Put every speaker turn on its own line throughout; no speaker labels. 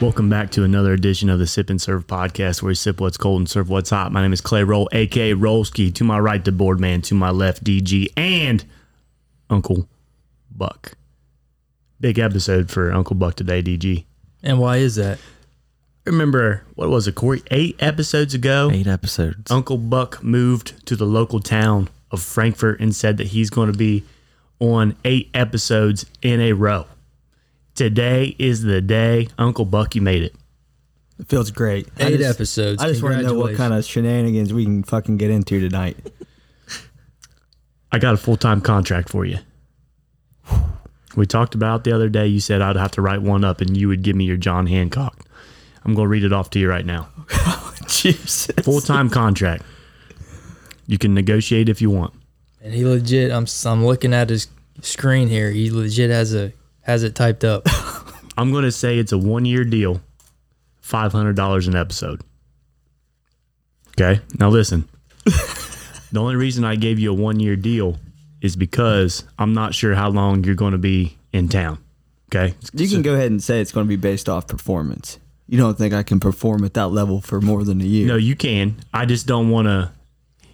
Welcome back to another edition of the Sip and Serve podcast where we sip what's cold and serve what's hot. My name is Clay Roll, aka Rollski. To my right, the board man. To my left, DG and Uncle Buck. Big episode for Uncle Buck today, DG.
And why is that?
Remember, what was it, Corey? Eight episodes ago,
Eight episodes.
Uncle Buck moved to the local town of Frankfurt and said that he's going to be on eight episodes in a row. Today is the day Uncle Bucky made it.
It feels great. I
Eight
just-
episodes.
I just want to know what
Congratulations.
kind of shenanigans we can fucking get into tonight.
I got a full time contract for you. We talked about it the other day. You said I'd have to write one up and you would give me your John Hancock. I'm going to read it off to you right now.
Jesus.
Full time contract. You can negotiate if you want.
And he legit. I'm I'm looking at his screen here. He legit has a has it typed up.
I'm going to say it's a one year deal, $500 an episode. Okay. Now listen. the only reason I gave you a one year deal is because I'm not sure how long you're going to be in town. Okay.
You can go ahead and say it's going to be based off performance. You don't think I can perform at that level for more than a year?
No, you can. I just don't want to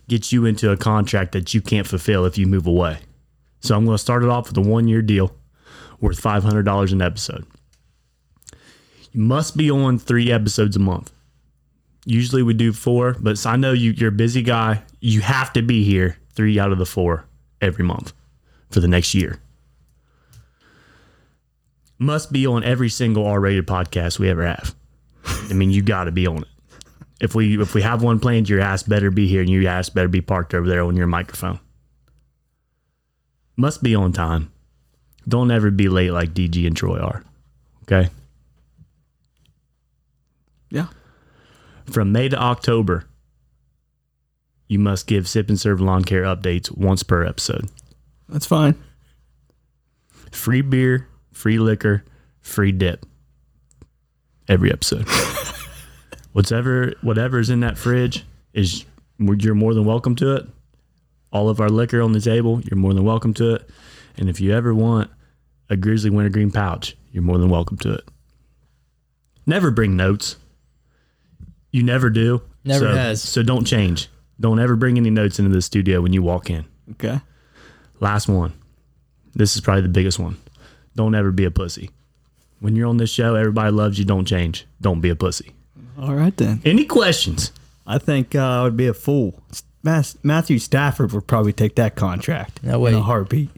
get you into a contract that you can't fulfill if you move away. So I'm going to start it off with a one year deal worth $500 an episode. You must be on three episodes a month. Usually we do four, but s- I know you, you're a busy guy. You have to be here three out of the four every month for the next year. Must be on every single R rated podcast we ever have. I mean, you got to be on it if we if we have one planned, your ass better be here and your ass better be parked over there on your microphone. Must be on time. Don't ever be late like DG and Troy are. Okay.
Yeah.
From May to October, you must give Sip and Serve Lawn Care updates once per episode.
That's fine.
Free beer, free liquor, free dip. Every episode. whatever whatever's in that fridge is you're more than welcome to it. All of our liquor on the table, you're more than welcome to it. And if you ever want a grizzly wintergreen pouch, you're more than welcome to it. Never bring notes. You never do.
Never
so,
has.
So don't change. Don't ever bring any notes into the studio when you walk in.
Okay.
Last one. This is probably the biggest one. Don't ever be a pussy. When you're on this show, everybody loves you. Don't change. Don't be a pussy.
All right then.
Any questions?
I think uh, I would be a fool. Mas- Matthew Stafford would probably take that contract
No way.
in a heartbeat.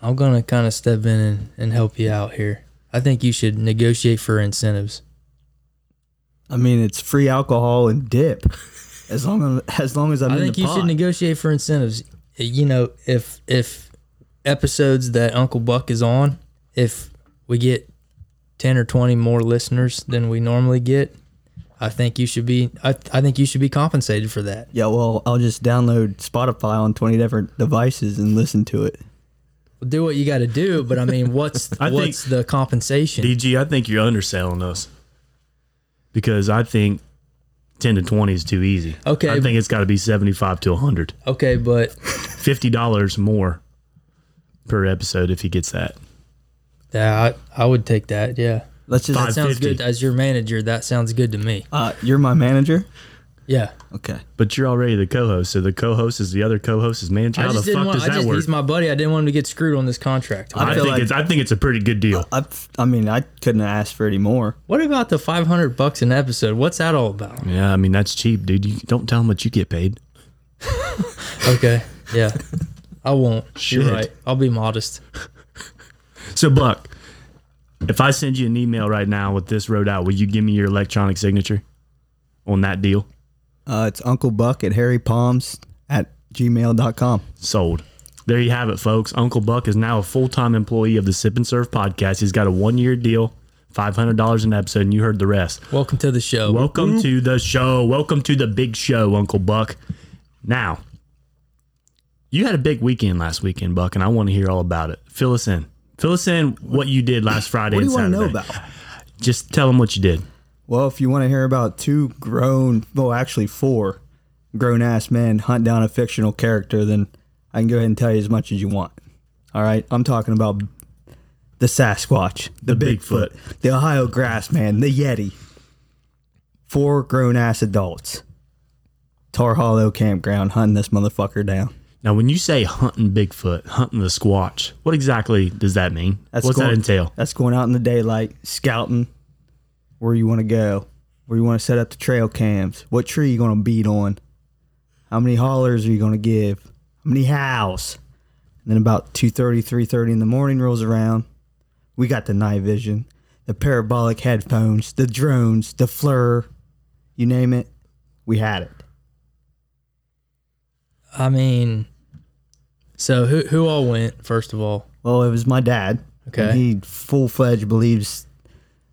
I'm gonna kind of step in and, and help you out here. I think you should negotiate for incentives.
I mean, it's free alcohol and dip. As long as, as long as I'm
I
in
think
the
you
pod.
should negotiate for incentives. You know, if if episodes that Uncle Buck is on, if we get ten or twenty more listeners than we normally get, I think you should be I, I think you should be compensated for that.
yeah, well, I'll just download Spotify on 20 different devices and listen to it.
Do what you got to do, but I mean, what's
I think-
what's the compensation?
DG, I think you're underselling us because I think 10 to 20 is too easy.
Okay.
I think it's got to be 75 to 100.
okay, but
$50 more per episode if he gets that.
yeah, I, I would take that. Yeah,
Let's just.
that sounds
550.
good as your manager. That sounds good to me.
Uh, you're my manager?
Yeah,
Okay.
But you're already the co host. So the co host is the other co host is man.
I
How the
just didn't
fuck
want.
does
I
that
just
work?
he's my buddy. I didn't want him to get screwed on this contract.
I,
I feel
think
like-
it's I think it's a pretty good deal.
I, I mean, I couldn't ask for any more.
What about the 500 bucks an episode? What's that all about?
yeah, I mean that's cheap, dude. You don't tell him what you get paid.
Okay. Yeah. I won't.
Shit.
You're right. I'll be modest.
So, Buck, if I send you an email right now with this road out, will you give me your electronic signature on that deal?
Uh, it's Uncle Buck at Harry Palms at gmail.com.
Sold. There you have it, folks. Uncle Buck is now a full time employee of the Sip and Serve podcast. He's got a one year deal, $500 an episode, and you heard the rest.
Welcome to the show.
Welcome to the show. Welcome to the big show, Uncle Buck. Now, you had a big weekend last weekend, Buck, and I want to hear all about it. Fill us in. Fill us in what you did last Friday
What do
and
you want to
Saturday.
know about?
Just tell them what you did.
Well, if you want to hear about two grown, well, actually four grown ass men hunt down a fictional character, then I can go ahead and tell you as much as you want. All right. I'm talking about the Sasquatch, the, Bigfoot, the Ohio Grassman, the Yeti. Four grown ass adults. Tar Hollow campground hunting this motherfucker down.
Now, when you say hunting Bigfoot, hunting the Squatch, what exactly does that mean? What's
going,
that entail?
That's going out in the daylight, scouting where you want to go, where you want to set up the trail cams, what tree you going to beat on, how many hollers are you going to give, how many hows. And then about 2.30, 3.30 in the morning rolls around. We got the night vision, the parabolic headphones, the drones, the FLIR, you name it, we had it.
I mean, so who who all went first of all?
Well, it was my dad.
Okay.
And he full fledged believes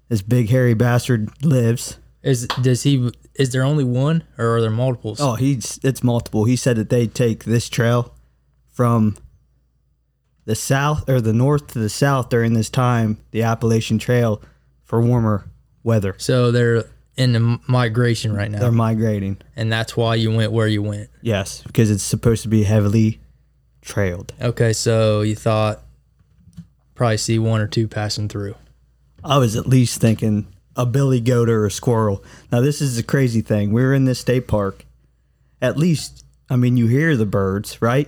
this big hairy bastard lives.
Is does he? Is there only one, or are there multiples?
Oh, he's it's multiple. He said that they take this trail from the south or the north to the south during this time, the Appalachian Trail, for warmer weather.
So they're in the migration right now,
They're migrating.
and that's why you went where you went.
Yes, because it's supposed to be heavily trailed.
Okay, so you thought probably see one or two passing through.
I was at least thinking a billy goat or a squirrel. Now this is the crazy thing. We were in this state park. At least, I mean, you hear the birds, right?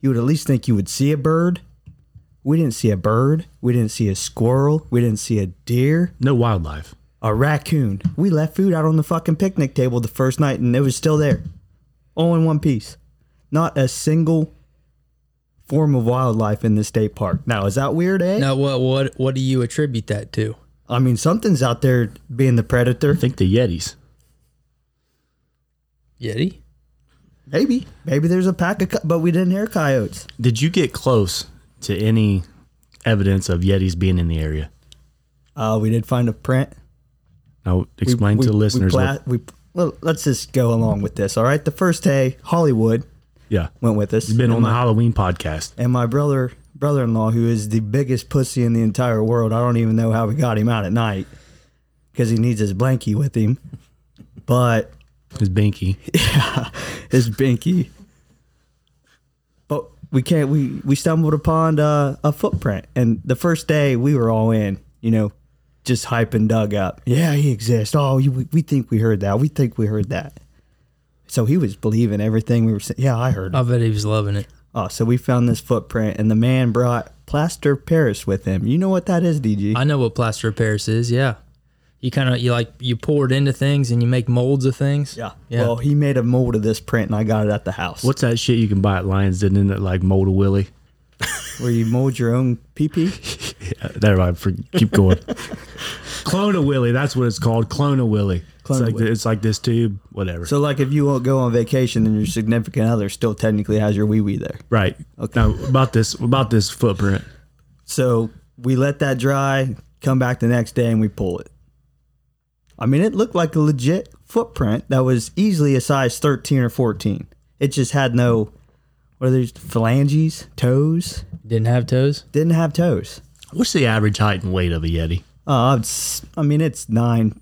You would at least think you would see a bird. We didn't see a bird. We didn't see a squirrel. We didn't see a deer.
No wildlife.
A raccoon. We left food out on the fucking picnic table the first night, and it was still there, all in one piece. Not a single form of wildlife in this state park. Now, is that weird, eh?
Now, what what what do you attribute that to?
I mean, something's out there being the predator.
I think the Yetis.
Yeti?
Maybe, maybe there's a pack of, co- but we didn't hear coyotes.
Did you get close to any evidence of Yetis being in the area?
Uh, we did find a print.
Now,
We-
explain
we-
to the listeners.
We,
what-
pla- we well, let's just go along with this. All right, the first day, Hollywood
yeah,
went with us.
it's been on the Halloween podcast.
and my brother brother in law, who is the biggest pussy in the entire world. I don't even know how we got him out at night because he needs his blankie with him. But
It's Binky.
his binky. But we can't. We we stumbled upon uh, a footprint, and the first day we were all in. You know, just hyping Doug up. Yeah, he exists. Oh, you, we, we think we heard that. We think we heard that. So he was believing everything we were saying. Yeah, I heard.
I bet he was loving it.
Oh, so we found this footprint, and the man brought plaster Paris with him. You know what that is, DG?
I know what plaster of Paris is. Yeah, you kind of you like you pour it into things and you make molds of things. yeah.
Well, he made a mold of this print, and I got it at the house.
What's that shit you can buy at Lions Den in that like mold a willy?
Where you mold your own pee pee?
Uh, Never mind. For, keep going. Clone a willy. That's what it's called. Clone a willy.
Clone
it's
a
like
willy.
it's like this tube. Whatever.
So, like, if you won't go on vacation, and your significant other still technically has your wee wee there.
right.
Okay.
Now about this about this footprint.
So we let that dry. Come back the next day, and we pull it. I mean, it looked like a legit footprint that was easily a size thirteen or fourteen. It just had no, what are these phalanges, toes?
Didn't have toes.
Didn't have toes.
What's the average height and weight of a Yeti?
Uh, it's, I mean, it's nine,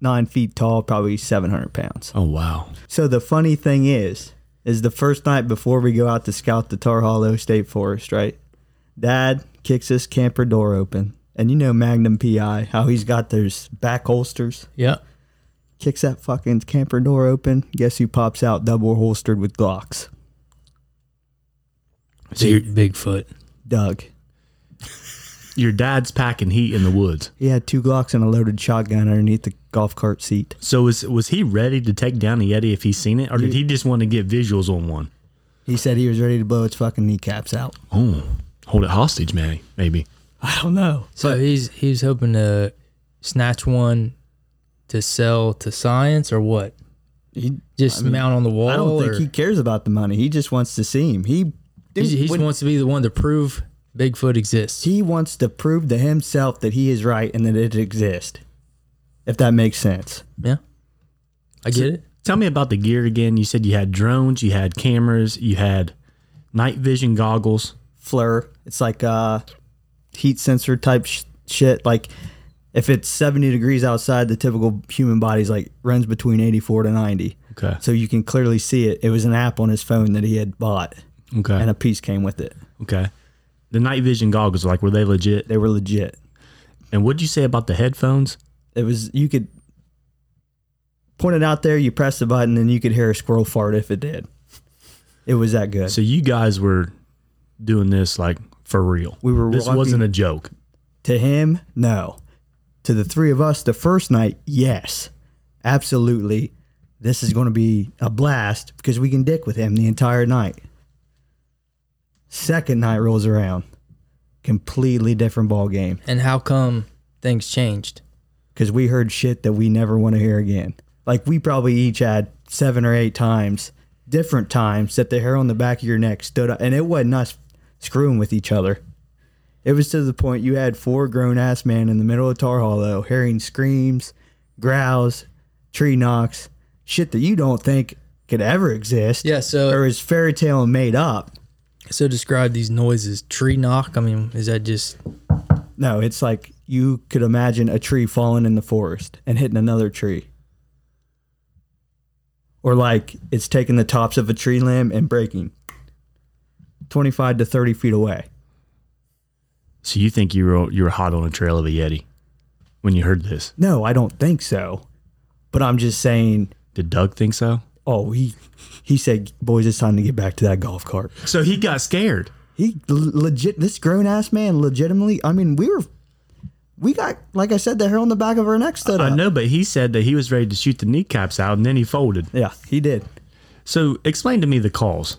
nine feet tall, probably 700 pounds.
Oh wow.
So the funny thing is, is the first night before we go out to scout the Tar Hollow State Forest, right? Dad kicks his camper door open. And you know Magnum PI, how he's got those back holsters.
Yeah.
Kicks that fucking camper door open. Guess who pops out double holstered with Glocks?
Big, Bigfoot.
Doug.
Your dad's packing heat in the woods.
He had two Glocks and a loaded shotgun underneath the golf cart seat.
So was was he ready to take down a Yeti if he seen it, or did he just want to get visuals on one?
He said he was ready to blow its fucking kneecaps out.
Oh, hold it hostage, man. Maybe.
I don't know.
So he's he's hoping to snatch one to sell to science or what?
He
Just mount on the wall.
I don't think
or-
he cares about the money. He just wants to see him. He dude,
He's- he's
when-
wants to be the one to prove Bigfoot exists.
he wants to prove to himself that he is right and that it exists. If that makes sense.
Yeah, I get it.
Tell me about the gear again. You said you had drones, you had cameras, you had night vision goggles.
Fleur, it's like uh heat sensor type sh- shit. Like if it's 70 degrees outside, the typical human body's like runs between 84 to 90.
Okay.
So you can clearly see it. It was an app on his phone that he had bought,
Okay.
and a piece came with it.
okay. the night vision goggles, like were they legit?
They were legit.
And what'd you say about the headphones?
It was you could point it out there, you press the button, and you could hear a squirrel fart if it did. It was that good.
So you guys were doing this like for real.
We were
This
walking-
wasn't a joke.
To him, no. To the three of us, the first night, yes. Absolutely. This is going to be a blast because we can dick with him the entire night. Second night rolls around. Completely different ball game
And how come things changed?
because we heard shit that we never want to hear again. Like we probably each had seven or eight times, different times that the hair on the back of your neck stood up, and it wasn't us screwing with each other. It was to the point you had four grown ass men in the middle of Tar Hollow hearing screams, growls, tree knocks, shit that you don't think could ever exist
Yeah, so
or is fairy tale and made up.
so describe these noises. Tree knock. I mean, is that just
No, it's like you could imagine a tree falling in the forest and hitting another tree. Or like it's taking the tops of a tree limb and breaking 25 to 30 feet away.
So you think you were you were hot on the trail of a yeti when you heard this?
No, I don't think so. But I'm just saying,
Did Doug think so?
oh, he he said, boys, it's time to get back to that golf cart.
So he got scared.
He l- legit, this grown ass man, legitimately, I mean, we were, we got, like I said, the hair on the back of our neck stood
I
up.
know, but he said that he was ready to shoot the kneecaps out, and then he folded.
Yeah, he did.
So explain to me the cause.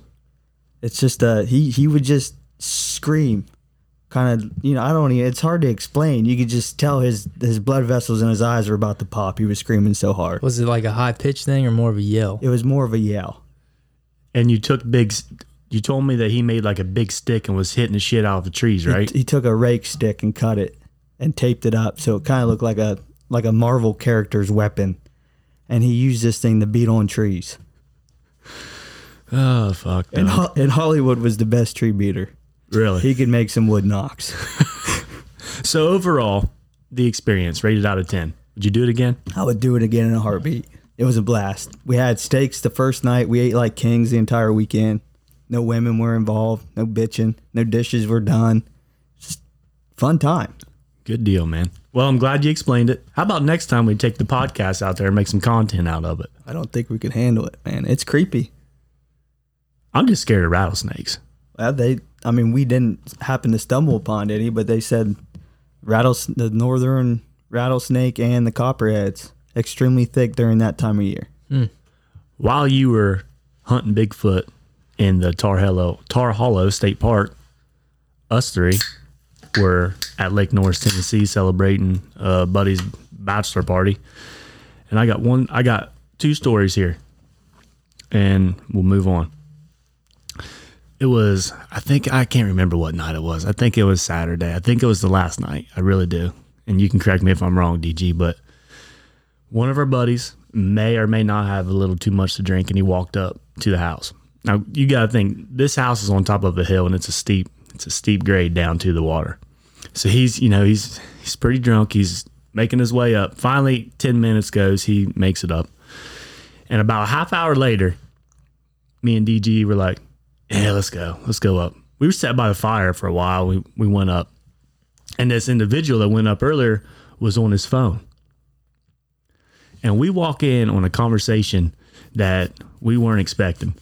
It's just uh he he would just scream, kind of you know I don't even. It's hard to explain. You could just tell his his blood vessels in his eyes were about to pop. He was screaming so hard.
was it like a high pitched thing or more of a yell?
It was more of a yell.
And you took big. s- You told me that he made like a big stick and was hitting the shit out of the trees, right?
He took a rake stick and cut it and taped it up so it kind of looked like a like a Marvel character's weapon. And he used this thing to beat on trees.
Oh fuck!
And,
Doug.
Ho- and Hollywood was the best tree beater.
Really?
He could make some wood knocks.
so overall, the experience rated out of ten. Would you do it again?
I would do it again in a heartbeat. It was a blast. We had steaks the first night. We ate like kings the entire weekend. No women were involved. No bitching. No dishes were done. Just fun time.
Good deal, man. Well, I'm glad you explained it. How about next time we take the podcast out there and make some content out of it?
I don't think we could handle it, man. It's creepy.
I'm just scared of rattlesnakes.
Well, they, I mean, we didn't happen to stumble upon any, but they said rattles the northern rattlesnake and the copperheads extremely thick during that time of year.
While you were hunting Bigfoot in the Tar Hollow, Tar Hollow State Park, us three were at Lake Norris, Tennessee, celebrating uh, buddy's bachelor party. And I got one. I got two stories here, and we'll move on. It was, I think, I can't remember what night it was. I think it was Saturday. I think it was the last night. I really do. And you can correct me if I'm wrong, DG, but one of our buddies may or may not have a little too much to drink, and he walked up to the house. Now you got to think this house is on top of a hill, and it's a steep, it's a steep grade down to the water. So he's, you know, he's he's pretty drunk. He's making his way up. Finally, ten minutes goes, he makes it up, and about a half hour later, me and DG were like, "Yeah, let's go, let's go up." We were sat by the fire for a while. We we went up, and this individual that went up earlier was on his phone and we walk in on a conversation that we weren't expecting.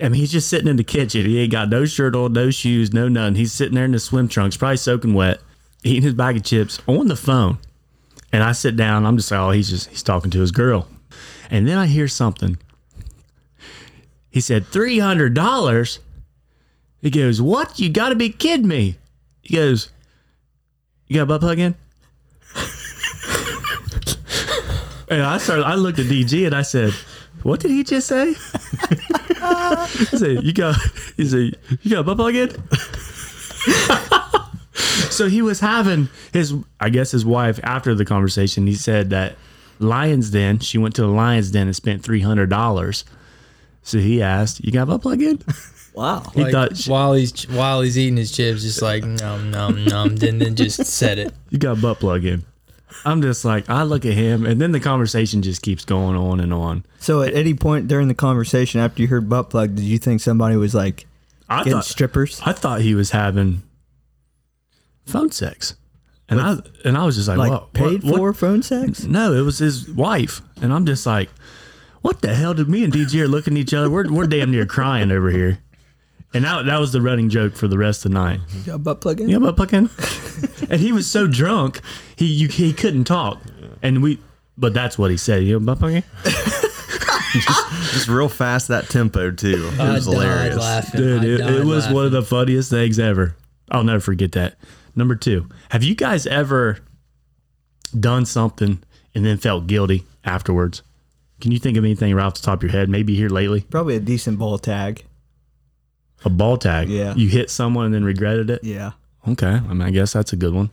I mean, he's just sitting in the kitchen. He ain't got no shirt on, no shoes, no none. He's sitting there in his swim trunks, probably soaking wet, eating his bag of chips on the phone. And I sit down. I'm just like, oh, he's just he's talking to his girl. And then I hear something. He said three hundred dollars. He goes, "What? You got to be kidding me!" He goes, "You got a butt plug in?" And I started. I looked at DG and I said, "What did he just say?" he said, "You got." He said, "You got a butt plug in?" so he was having his. I guess his wife after the conversation. He said that Lions Den. She went to the Lions Den and spent three hundred dollars. So he asked, "You got a butt plug in?"
Wow.
He
Like,
thought, she-
while he's while he's eating his chips, just like num num num, then then just said it.
"You got a butt plug in." I'm just like, I look at him, and then the conversation just keeps going on and on.
So at any point during the conversation after you heard butt plug, did you think somebody was like
I
getting
thought,
strippers?
I thought he was having phone sex. And I and I was just like,
Like
whoa,
paid
what- what-
for phone sex?
No, it was his wife, and I'm just like, what the hell? Did me and DJ are looking at each other? We're we're damn near crying over here. And that, that was the running joke for the rest of the night.
Y'all butt plug in?
Yeah, but fucking. and he was so drunk, he you, he couldn't talk, and we. But that's what he said. You know, butt fucking?
Just real fast that tempo too. It was
Uh,
I died
hilarious.
laughing.
Dude,
I
it,
died
it was
laughing.
one of the funniest things ever. I'll never forget that. Number two, have you guys ever done something and then felt guilty afterwards? Can you think of anything right off the top of your head? Maybe here lately,
Probably a decent ball tag.
a ball tag.
Yeah.
you hit someone and then regretted it.
Yeah.
Okay, I mean, I guess that's a good one.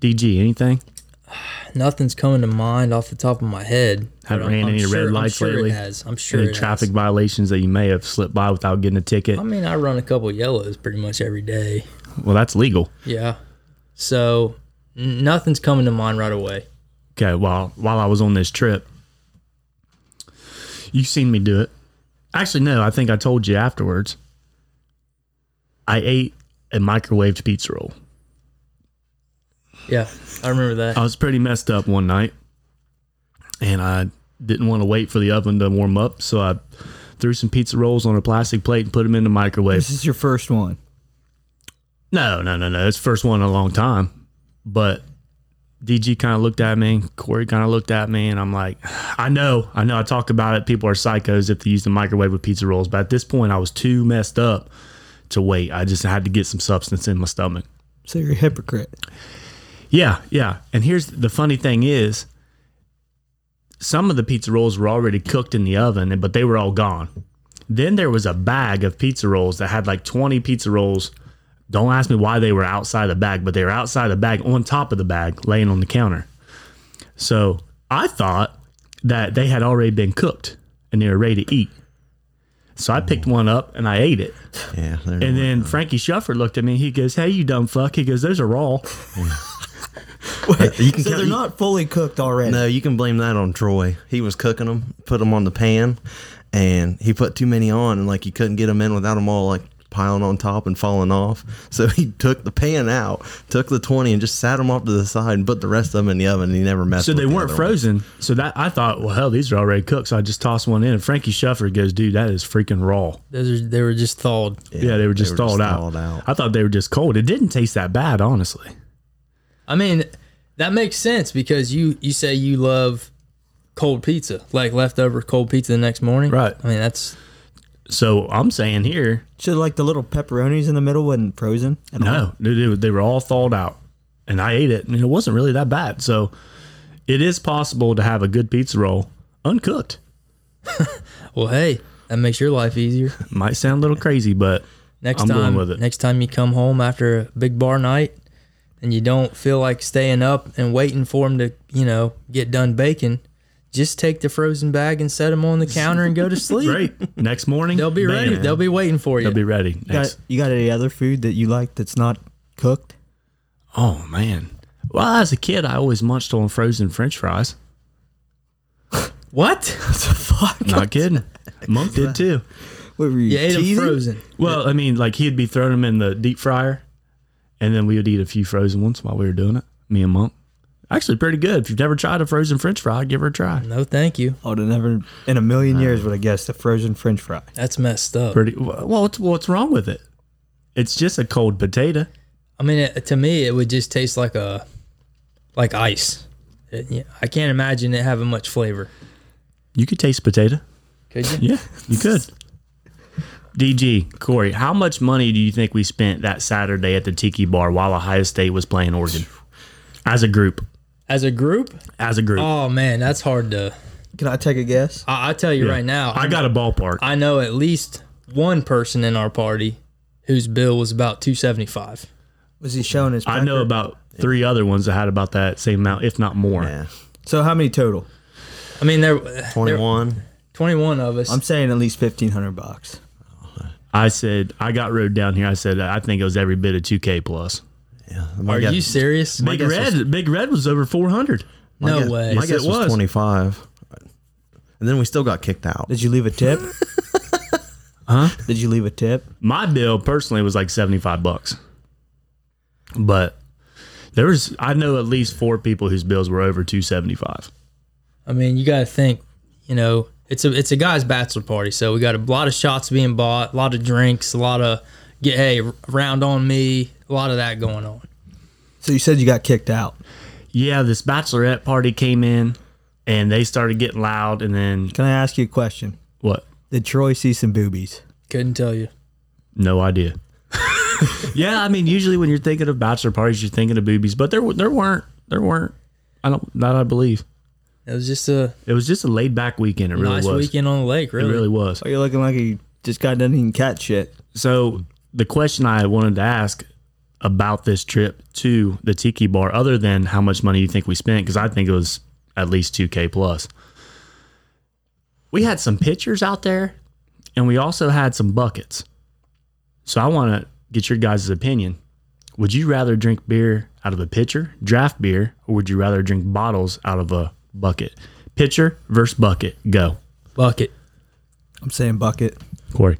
DG, anything?
Nothing's coming to mind off the top of my head.
Haven't
but I'm-
ran
I'm
any red
sure-
lights
I'm sure
lately?
It has. Um, I'm sure.
Any
it
traffic
Has.
violations that you may have slipped by without getting a ticket?
I mean, I run a couple yellows pretty much every day.
Well, that's legal.
Yeah. So n- nothing's coming to mind right away.
Okay, well, while I was on this trip, you've seen me do it. Actually, no, I think I told you afterwards. I ate a microwaved pizza roll.
Yeah, I remember that.
I was pretty messed up one night, and I didn't want to wait for the oven to warm up, so I threw some pizza rolls on a plastic plate and put them in the microwave.
This is your first one.
No, no, no, no. It's the first one in a long time. But DG kind of looked at me. Corey kind of looked at me, and I'm like, I know, I know. I talk about it. People are psychos if they use the microwave with pizza rolls. But at this point, I was too messed up to wait. I just had to get some substance in my stomach.
So you're a hypocrite.
Yeah, yeah. And here's the funny thing is, some of the pizza rolls were already cooked in the oven, but they were all gone. Then there was a bag of pizza rolls that had like 20 pizza rolls. Don't ask me why they were outside the bag, but they were outside the bag on top of the bag laying on the counter. So I thought that they had already been cooked and they were ready to eat. So I picked one up and I ate it.
Yeah. there
And
we go.
then Frankie Shuffer looked at me. He goes, Hey, you dumb fuck. He goes, Those are raw.
you can
So
count-
they're
you-
not fully cooked already.
No, you can blame that on Troy. He was cooking them, put them on the pan, and he put too many on, and like you couldn't get them in without them all like piling on top and falling off. So he took the pan out, took the twenty, and just sat them off to the side and put the rest of them in the oven. And he never messed.
So
with
they
the
weren't
other
frozen. So that I thought, well, hell, these are already cooked. So I just tossed one in. And Frankie Shuffer goes, dude, that is freaking raw.
Those are, they were just thawed.
Yeah, they were just, thawed, out.
thawed out.
I thought they were just cold. It didn't taste that bad, honestly.
I mean, that makes sense because you you say you love cold pizza, like leftover cold pizza the next morning.
Right.
I mean, that's
So I'm saying here,
So like the little pepperonis in the middle wasn't frozen at all.
no, dude, they were all thawed out, and I ate it, and it wasn't really that bad. So it is possible to have a good pizza roll uncooked.
well, hey, that makes your life easier.
Might sound a little crazy, but
Next
I'm going
time,
with it.
next time you come home after a big bar night and you don't feel like staying up and waiting for them to, you know, get done baking, just take the frozen bag and set them on the counter and go to sleep.
great. Next morning,
They'll be
bam,
ready. They'll be waiting for you.
They'll be ready.
You got,
Next-
you got any other food that you like that's not cooked?
Oh man. Well, as a kid, I always munched on frozen French fries.
what?
Not kidding. Monk did too.
What were you,
You ate them
teething?
frozen.
Well, I mean, like he'd be throwing them in the deep fryer, and then we would eat a few frozen ones while we were doing it. Me and Monk. Actually, pretty good. If you've never tried a frozen French fry, give her a try.
No, thank you.
I would have never in a million years would have guessed a frozen french fry.
That's messed up.
Pretty. Well, what's, what's wrong with it? It's just a cold potato.
I mean, it, to me, it would just taste like a like ice. It- yeah, I can't imagine it having much flavor.
You could taste potato.
Could you?
Yeah, you could. DG Corey, how much money do you think we spent that Saturday at the Tiki Bar while Ohio State was playing Oregon? As a group,
As a group?
as a group,
Oh man, that's hard to.
Can I take a guess?
I, I tell you right now,
I got a ballpark.
I know at least one person in our party whose bill was about two seventy five.
Was he showing his?
I know
pecker?
about three other ones that had about that same amount, if not more.
one. Yeah,
So how many total?
I mean, there twenty one
twenty-one.
of us.
I'm saying at least fifteen hundred bucks.
I said I got rode down here. I said I think it was every bit of two k plus.
Yeah,
Are
my guess-
you serious?
Big Red, Big Red was over four hundred.
my
No
guess-
way.
My
Yes,
guess
it
was,
was.
twenty-five, and then we still got kicked out.
Did you leave a tip? huh? Did you leave a tip?
My bill personally was like seventy five bucks. But there was I know at least four people whose bills were over two seventy five.
I mean, you got to think, you know, it's a it's a guy's bachelor party, so we got a lot of shots being bought, a lot of drinks, a lot of get hey round on me, a lot of that going on.
So you said you got kicked out.
Yeah, this bachelorette party came in and they started getting loud and then
Can I ask you a question?
what?
Did Troy see some boobies?
Couldn't tell you.
No idea. yeah, I mean, usually when you're thinking of bachelor parties, you're thinking of boobies, but there w- there weren't there weren't. I don't not I believe
It was just a
it was just a laid back weekend. It really
nice
was.
weekend on the lake,
It
really.
really was.
Oh, you're looking like you just got done eating cat shit.
So the question I wanted to ask about this trip to the tiki bar, other than how much money you think we spent, because I think it was at least two k plus. We had some pictures out there, and we also had some buckets. So I want to get your guys' opinion. Would you rather drink beer out of a pitcher, draft beer, or would you rather drink bottles out of a bucket? Pitcher versus bucket. Go,
Bucket.
I'm saying bucket.
Corey.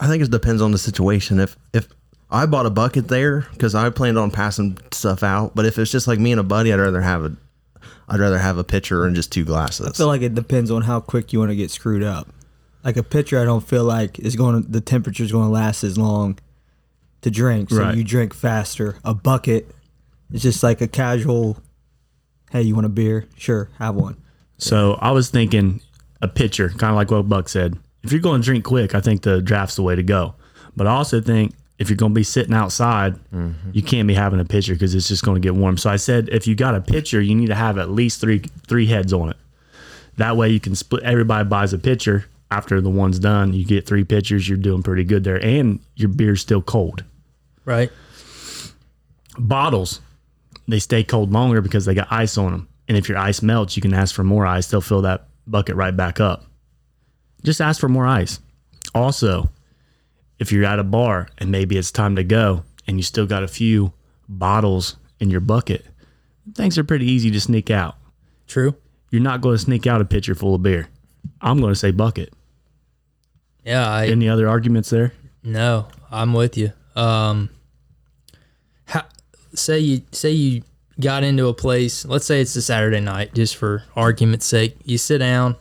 I think it depends on the situation. If if I bought a bucket there because I planned on passing stuff out, but if it's just like me and a buddy, I'd rather have a I'd rather have a pitcher and just two
I
glasses.
feel like it depends on how quick you want to get screwed up. Like a pitcher, I don't feel like is going. to The temperature's going to last as long to drink, so
Right.
you drink faster. A bucket, it's just like a casual. Hey, you want a beer? Sure, have one.
So I was thinking a pitcher, kind of like what Buck said. If you're going to drink quick, I think the draft's the way to go. But I also think if you're going to be sitting outside, you can't be having a pitcher because it's just going to get warm. So I said if you got a pitcher, you need to have at least three three heads on it. That way you can split. Everybody buys a pitcher. After the one's done, you get three pitchers. You're doing pretty good there, and your beer's still cold.
Right.
Bottles, they stay cold longer because they got ice on them. And if your ice melts, you can ask for more ice. They'll fill that bucket right back up. Just ask for more ice. Also, if you're at a bar and maybe it's time to go and you still got a few bottles in your bucket, things are pretty easy to sneak out.
True.
You're not going to sneak out a pitcher full of beer. I'm going to say bucket.
Yeah, I
Any other arguments there?
No, I'm with you. Um, how, say you say you got into a place. Let's say it's a Saturday night, just for argument's sake. You sit down.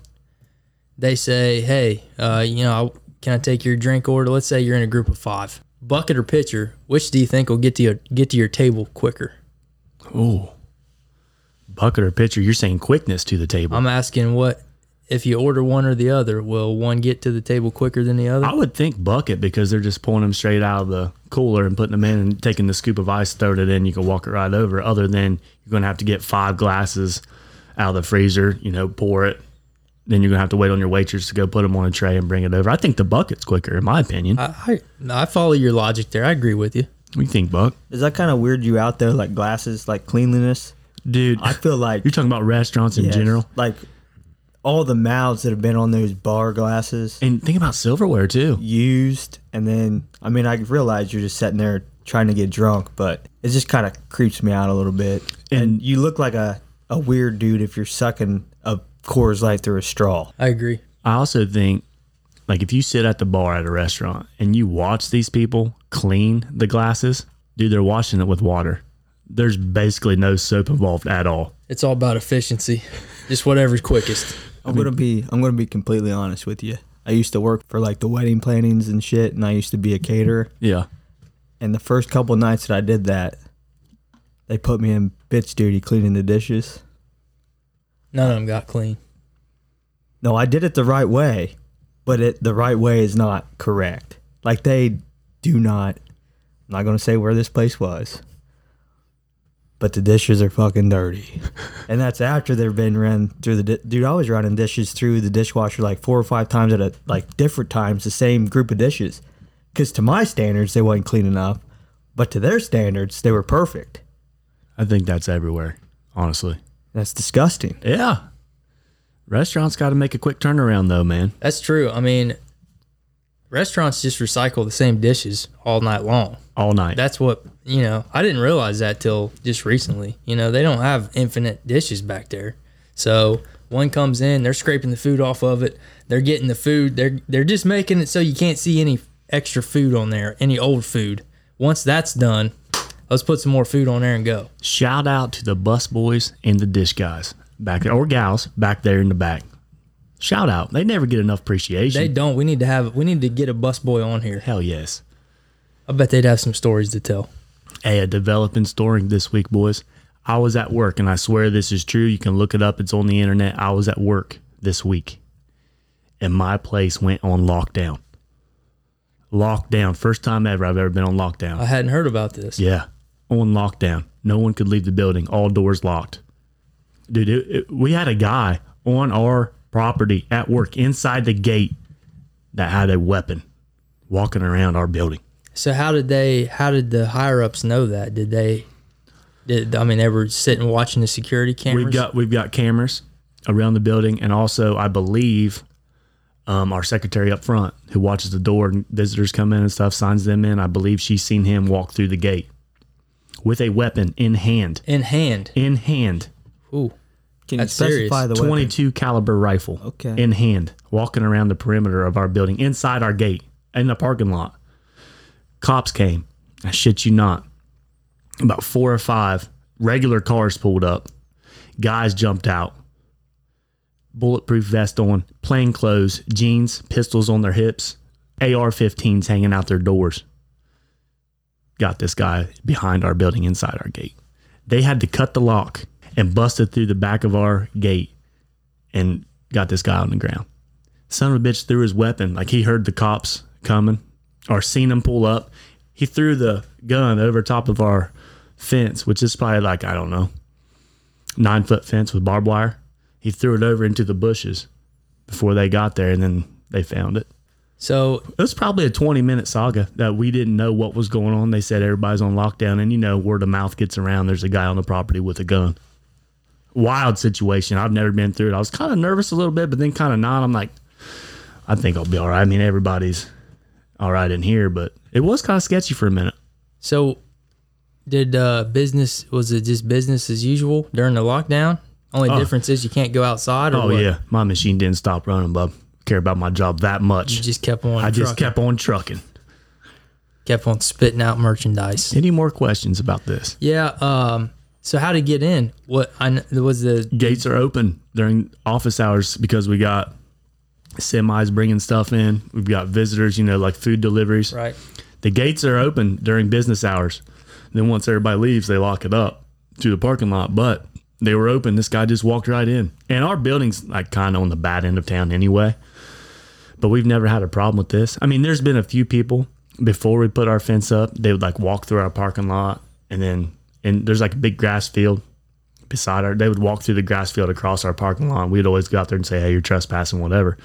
They say, "Hey, uh, you know, I, can I take your drink order?" Let's say you're in a group of five, bucket or pitcher. Which do you think will get to your, get to your table quicker?
Oh, bucket or pitcher? You're saying quickness to the table.
I'm asking what if you order one or the other, will one get to the table quicker than the other?
I would think bucket because they're just pulling them straight out of the cooler and putting them in and taking the scoop of ice, throwing it in. You can walk it right over. Other than you're going to have to get five glasses out of the freezer, you know, pour it. Then you're going to have to wait on your waitress to go put them on a tray and bring it over. I think the bucket's quicker, in my opinion.
I, I I follow your logic there. I agree with you.
what do you think, Buck?
Does that kind of weird you out there? Like glasses, like cleanliness.
Dude,
I feel like
you're talking about restaurants in
yes,
general.
like all the mouths that have been on those bar glasses.
And think about silverware, too.
used and then i mean i realize you're just sitting there trying to get drunk but it just kind of creeps me out a little bit and,
And-
you look like a, a weird dude if you're sucking a Coors Light through a straw
I agree.
I also think, like, if you sit at the bar at a restaurant and you watch these people clean the glasses, dude, they're washing it with water. There's basically no soap involved at all.
It's all about efficiency. Just whatever's quickest.
i'm gonna be i'm gonna be completely honest with you i used to work for like the wedding plannings and shit and i used to be a caterer
Yeah.
and the first couple nights that i did that they put me in bitch duty cleaning the dishes
None of them got clean.
No, I did it the right way, but it the right way is not correct. Like they do not. I'm not gonna say where this place was, but the dishes are fucking dirty, and that's after they've been run through the di- dude. I was running dishes through the dishwasher like four or five times at a like different times the same group of dishes, because to my standards they wasn't clean enough, but to their standards they were perfect.
I think that's everywhere, honestly.
That's disgusting.
Yeah. Restaurants got to make a quick turnaround, though, man.
That's true. I mean, restaurants just recycle the same dishes all night long.
All night.
That's what, you know, I didn't realize that till just recently. You know, they don't have infinite dishes back there. So one comes in, they're scraping the food off of it. They're getting the food. They're they're just making it so you can't see any extra food on there, any old food. Once that's done, Let's put some more food on there and go.
Shout out to the bus boys and the dish guys back there, or gals back there in the back. Shout out. They never get enough appreciation.
They don't. We need to have. We need to get a busboy on here.
Hell yes.
I bet they'd have some stories to tell.
Hey, a developing story this week, boys. I was at work, and I swear this is true. You can look it up, it's on the internet. I was at work this week, and my place went on lockdown. Lockdown. First time ever I've ever been on lockdown.
I hadn't heard about this.
Yeah, on lockdown. No one could leave the building. All doors locked. Dude, it, it- we had a guy on our property at work inside the gate that had a weapon walking around our building.
So how did they? How did the higher ups know that? Did they? Did I mean they were sitting watching the security cameras?
We've got we've got cameras around the building, and also I believe um, our secretary up front who watches the door and visitors come in and stuff signs them in. I believe she's seen him walk through the gate with a weapon in hand.
in hand.
In hand.
Ooh,
Can
That's
you
serious.
specify the weapon?
22 caliber rifle
Okay.
in hand walking around the perimeter of our building inside our gate in the parking lot cops came i shit you not about four or five regular cars pulled up guys jumped out bulletproof vest on plain clothes jeans pistols on their hips ar-15s hanging out their doors got this guy behind our building inside our gate they had to cut the lock and busted through the back of our gate and got this guy on the ground. Son of a bitch threw his weapon. Like he heard the cops coming or seen them pull up. He threw the gun over top of our fence, which is probably like, I don't know, nine foot fence with barbed wire. He threw it over into the bushes before they got there and then they found it.
So
It was probably a 20 minute saga that we didn't know what was going on. They said everybody's on lockdown, and you know, word of mouth gets around. There's a guy on the property with a gun. Wild situation. I've never been through it. I was kind of nervous a little bit, but then kind of not. I'm like, I think I'll be all right. I mean, everybody's all right in here, but it was kind of sketchy for a minute.
so did uh, business? Was it just business as usual during the lockdown? Only difference is you can't go outside. Or
Oh,
what?
yeah. My machine didn't stop running, bub. Care about my job that much.
You just kept on.
I just
trucking,
kept on trucking.
kept on spitting out merchandise.
Any more questions about this?
Yeah. Um. So how to get in? What I kn- was the
gates are open during office hours because we got semis bringing stuff in. We've got visitors, you know, like food deliveries.
right.
The gates are open during business hours. Then once everybody leaves, they lock it up to the parking lot. But they were open. This guy just walked right in. And our building's like kind of on the bad end of town anyway. But we've never had a problem with this. I mean, there's been a few people before we put our fence up, they would like walk through our parking lot and then, and there's like a big grass field beside our, they would walk through the grass field across our parking lot. We'd always go out there and say, hey, you're trespassing, whatever.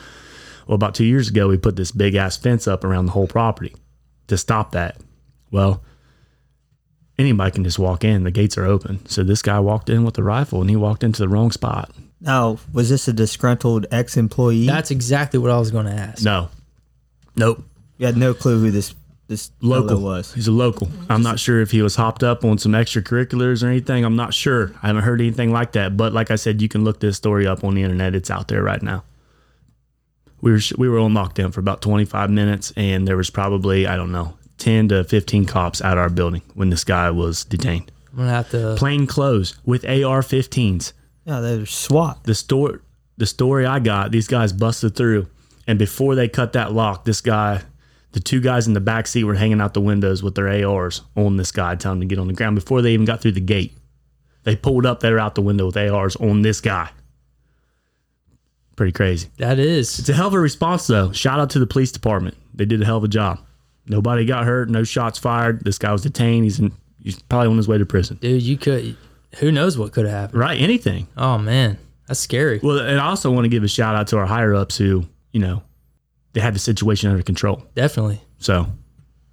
Well, about two years ago, we put this big ass fence up around the whole property to stop that. Well, anybody can just walk in. The gates are open. So this guy walked in with a rifle and he walked into the wrong spot.
Oh, was this a disgruntled ex-employee?
That's exactly what I was going to ask.
No. Nope.
you had no clue who this this fellow
Local.
was.
He's a local. I'm not sure if he was hopped up on some extracurriculars or anything. I'm not sure. I haven't heard anything like that. But like I said, you can look this story up on the internet. It's out there right now. We were we were on lockdown for about 25 minutes, and there was probably I don't know 10 to 15 cops at our building when this guy was detained.
I'm gonna have to.
Plain clothes with AR-15s.
Yeah, they were SWAT.
the story the story I got, these guys busted through, and before they cut that lock, this guy, the two guys in the back seat were hanging out the windows with their ARs on this guy, telling him to get on the ground before they even got through the gate. They pulled up, they were out the window with ARs on this guy. Pretty crazy.
That is.
It's a hell of a response, though. Shout out to the police department. They did a hell of a job. Nobody got hurt. No shots fired. This guy was detained. He's in, he's probably on his way to prison.
Dude, you could. Who knows what could have happened?
Right? Anything.
Oh man, that's scary.
Well, and I also want to give a shout out to our higher ups who, you know, they had the situation under control.
Definitely.
So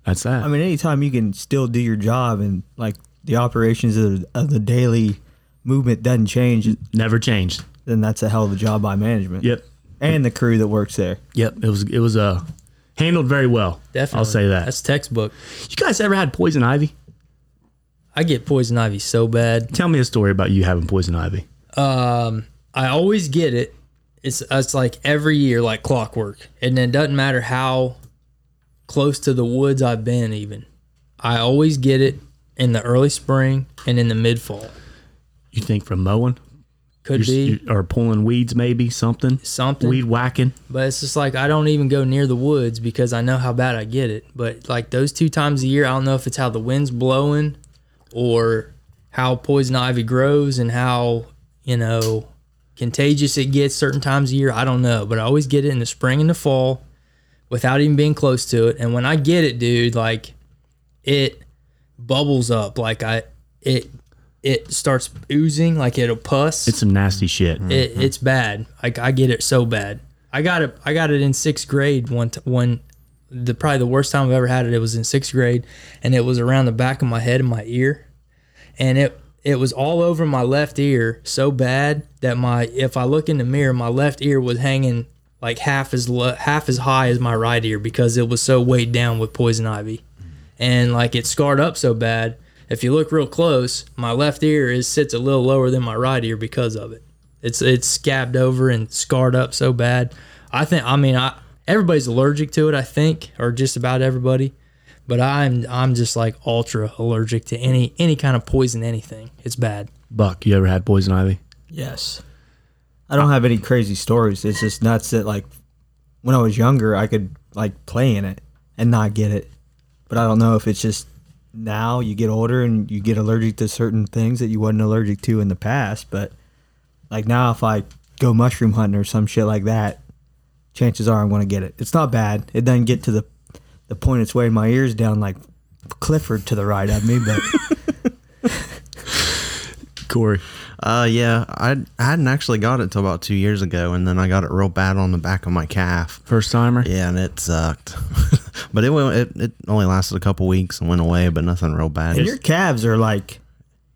that's that.
I mean, anytime you can still do your job and like the operations of the, of the daily movement doesn't change,
Never changed.
then that's a hell of a job by management.
Yep.
And the crew that works there.
Yep. It was it was uh handled very well.
Definitely.
I'll say that.
That's textbook.
you guys ever had poison ivy?
I get poison ivy so bad.
Tell me a story about you having poison ivy.
Um, I always get it. It's it's like every year, like clockwork, and it doesn't matter how close to the woods I've been. Even I always get it, in the early spring and in the mid fall.
You think from mowing
Could
You're-
be
you- or pulling weeds, maybe something,
something.
weed whacking.
But it's just like I don't even go near the woods because I know how bad I get it. But like those two times a year, I don't know if it's how the wind's blowing or how poison ivy grows and how, you know, contagious it gets certain times a year. I don't know. But I always get it in the spring and the fall without even being close to it. And when I get it, dude, like it bubbles up. Like I it it starts oozing, like it'll pus
It's some nasty shit.
it, it's bad. Like I get it so bad. I got it. I got it in sixth grade. One t- one, the probably the worst time I've ever had it. It was in sixth grade, and it was around the back of my head and my ear, and it it was all over my left ear so bad that my if I look in the mirror, my left ear was hanging like half as lo- half as high as my right ear because it was so weighed down with poison ivy, and like it scarred up so bad. If you look real close, my left ear is sits a little lower than my right ear because of it. It's it's scabbed over and scarred up so bad. I think I mean I everybody's allergic to it, I think, or just about everybody. But I'm I'm just like ultra allergic to any any kind of poison anything. It's bad.
Buck, you ever had poison ivy?
Yes. I don't have any crazy stories. It's just nuts that like when I was younger I could like play in it and not get it. But I don't know if it's just now you get older and you get allergic to certain things that you wasn't allergic to in the past, but like now if I go mushroom hunting or some shit like that, chances are I'm gonna get it. It's not bad. It doesn't get to the the point it's weighing my ears down like Clifford to the right of me, but
Corey,
Uh, yeah, I I hadn't actually got it till about two years ago, and then I got it real bad on the back of my calf.
first timer.
Yeah, and it sucked. but it went. It, it only lasted a couple weeks and went away, but nothing real bad.
And your calves are like,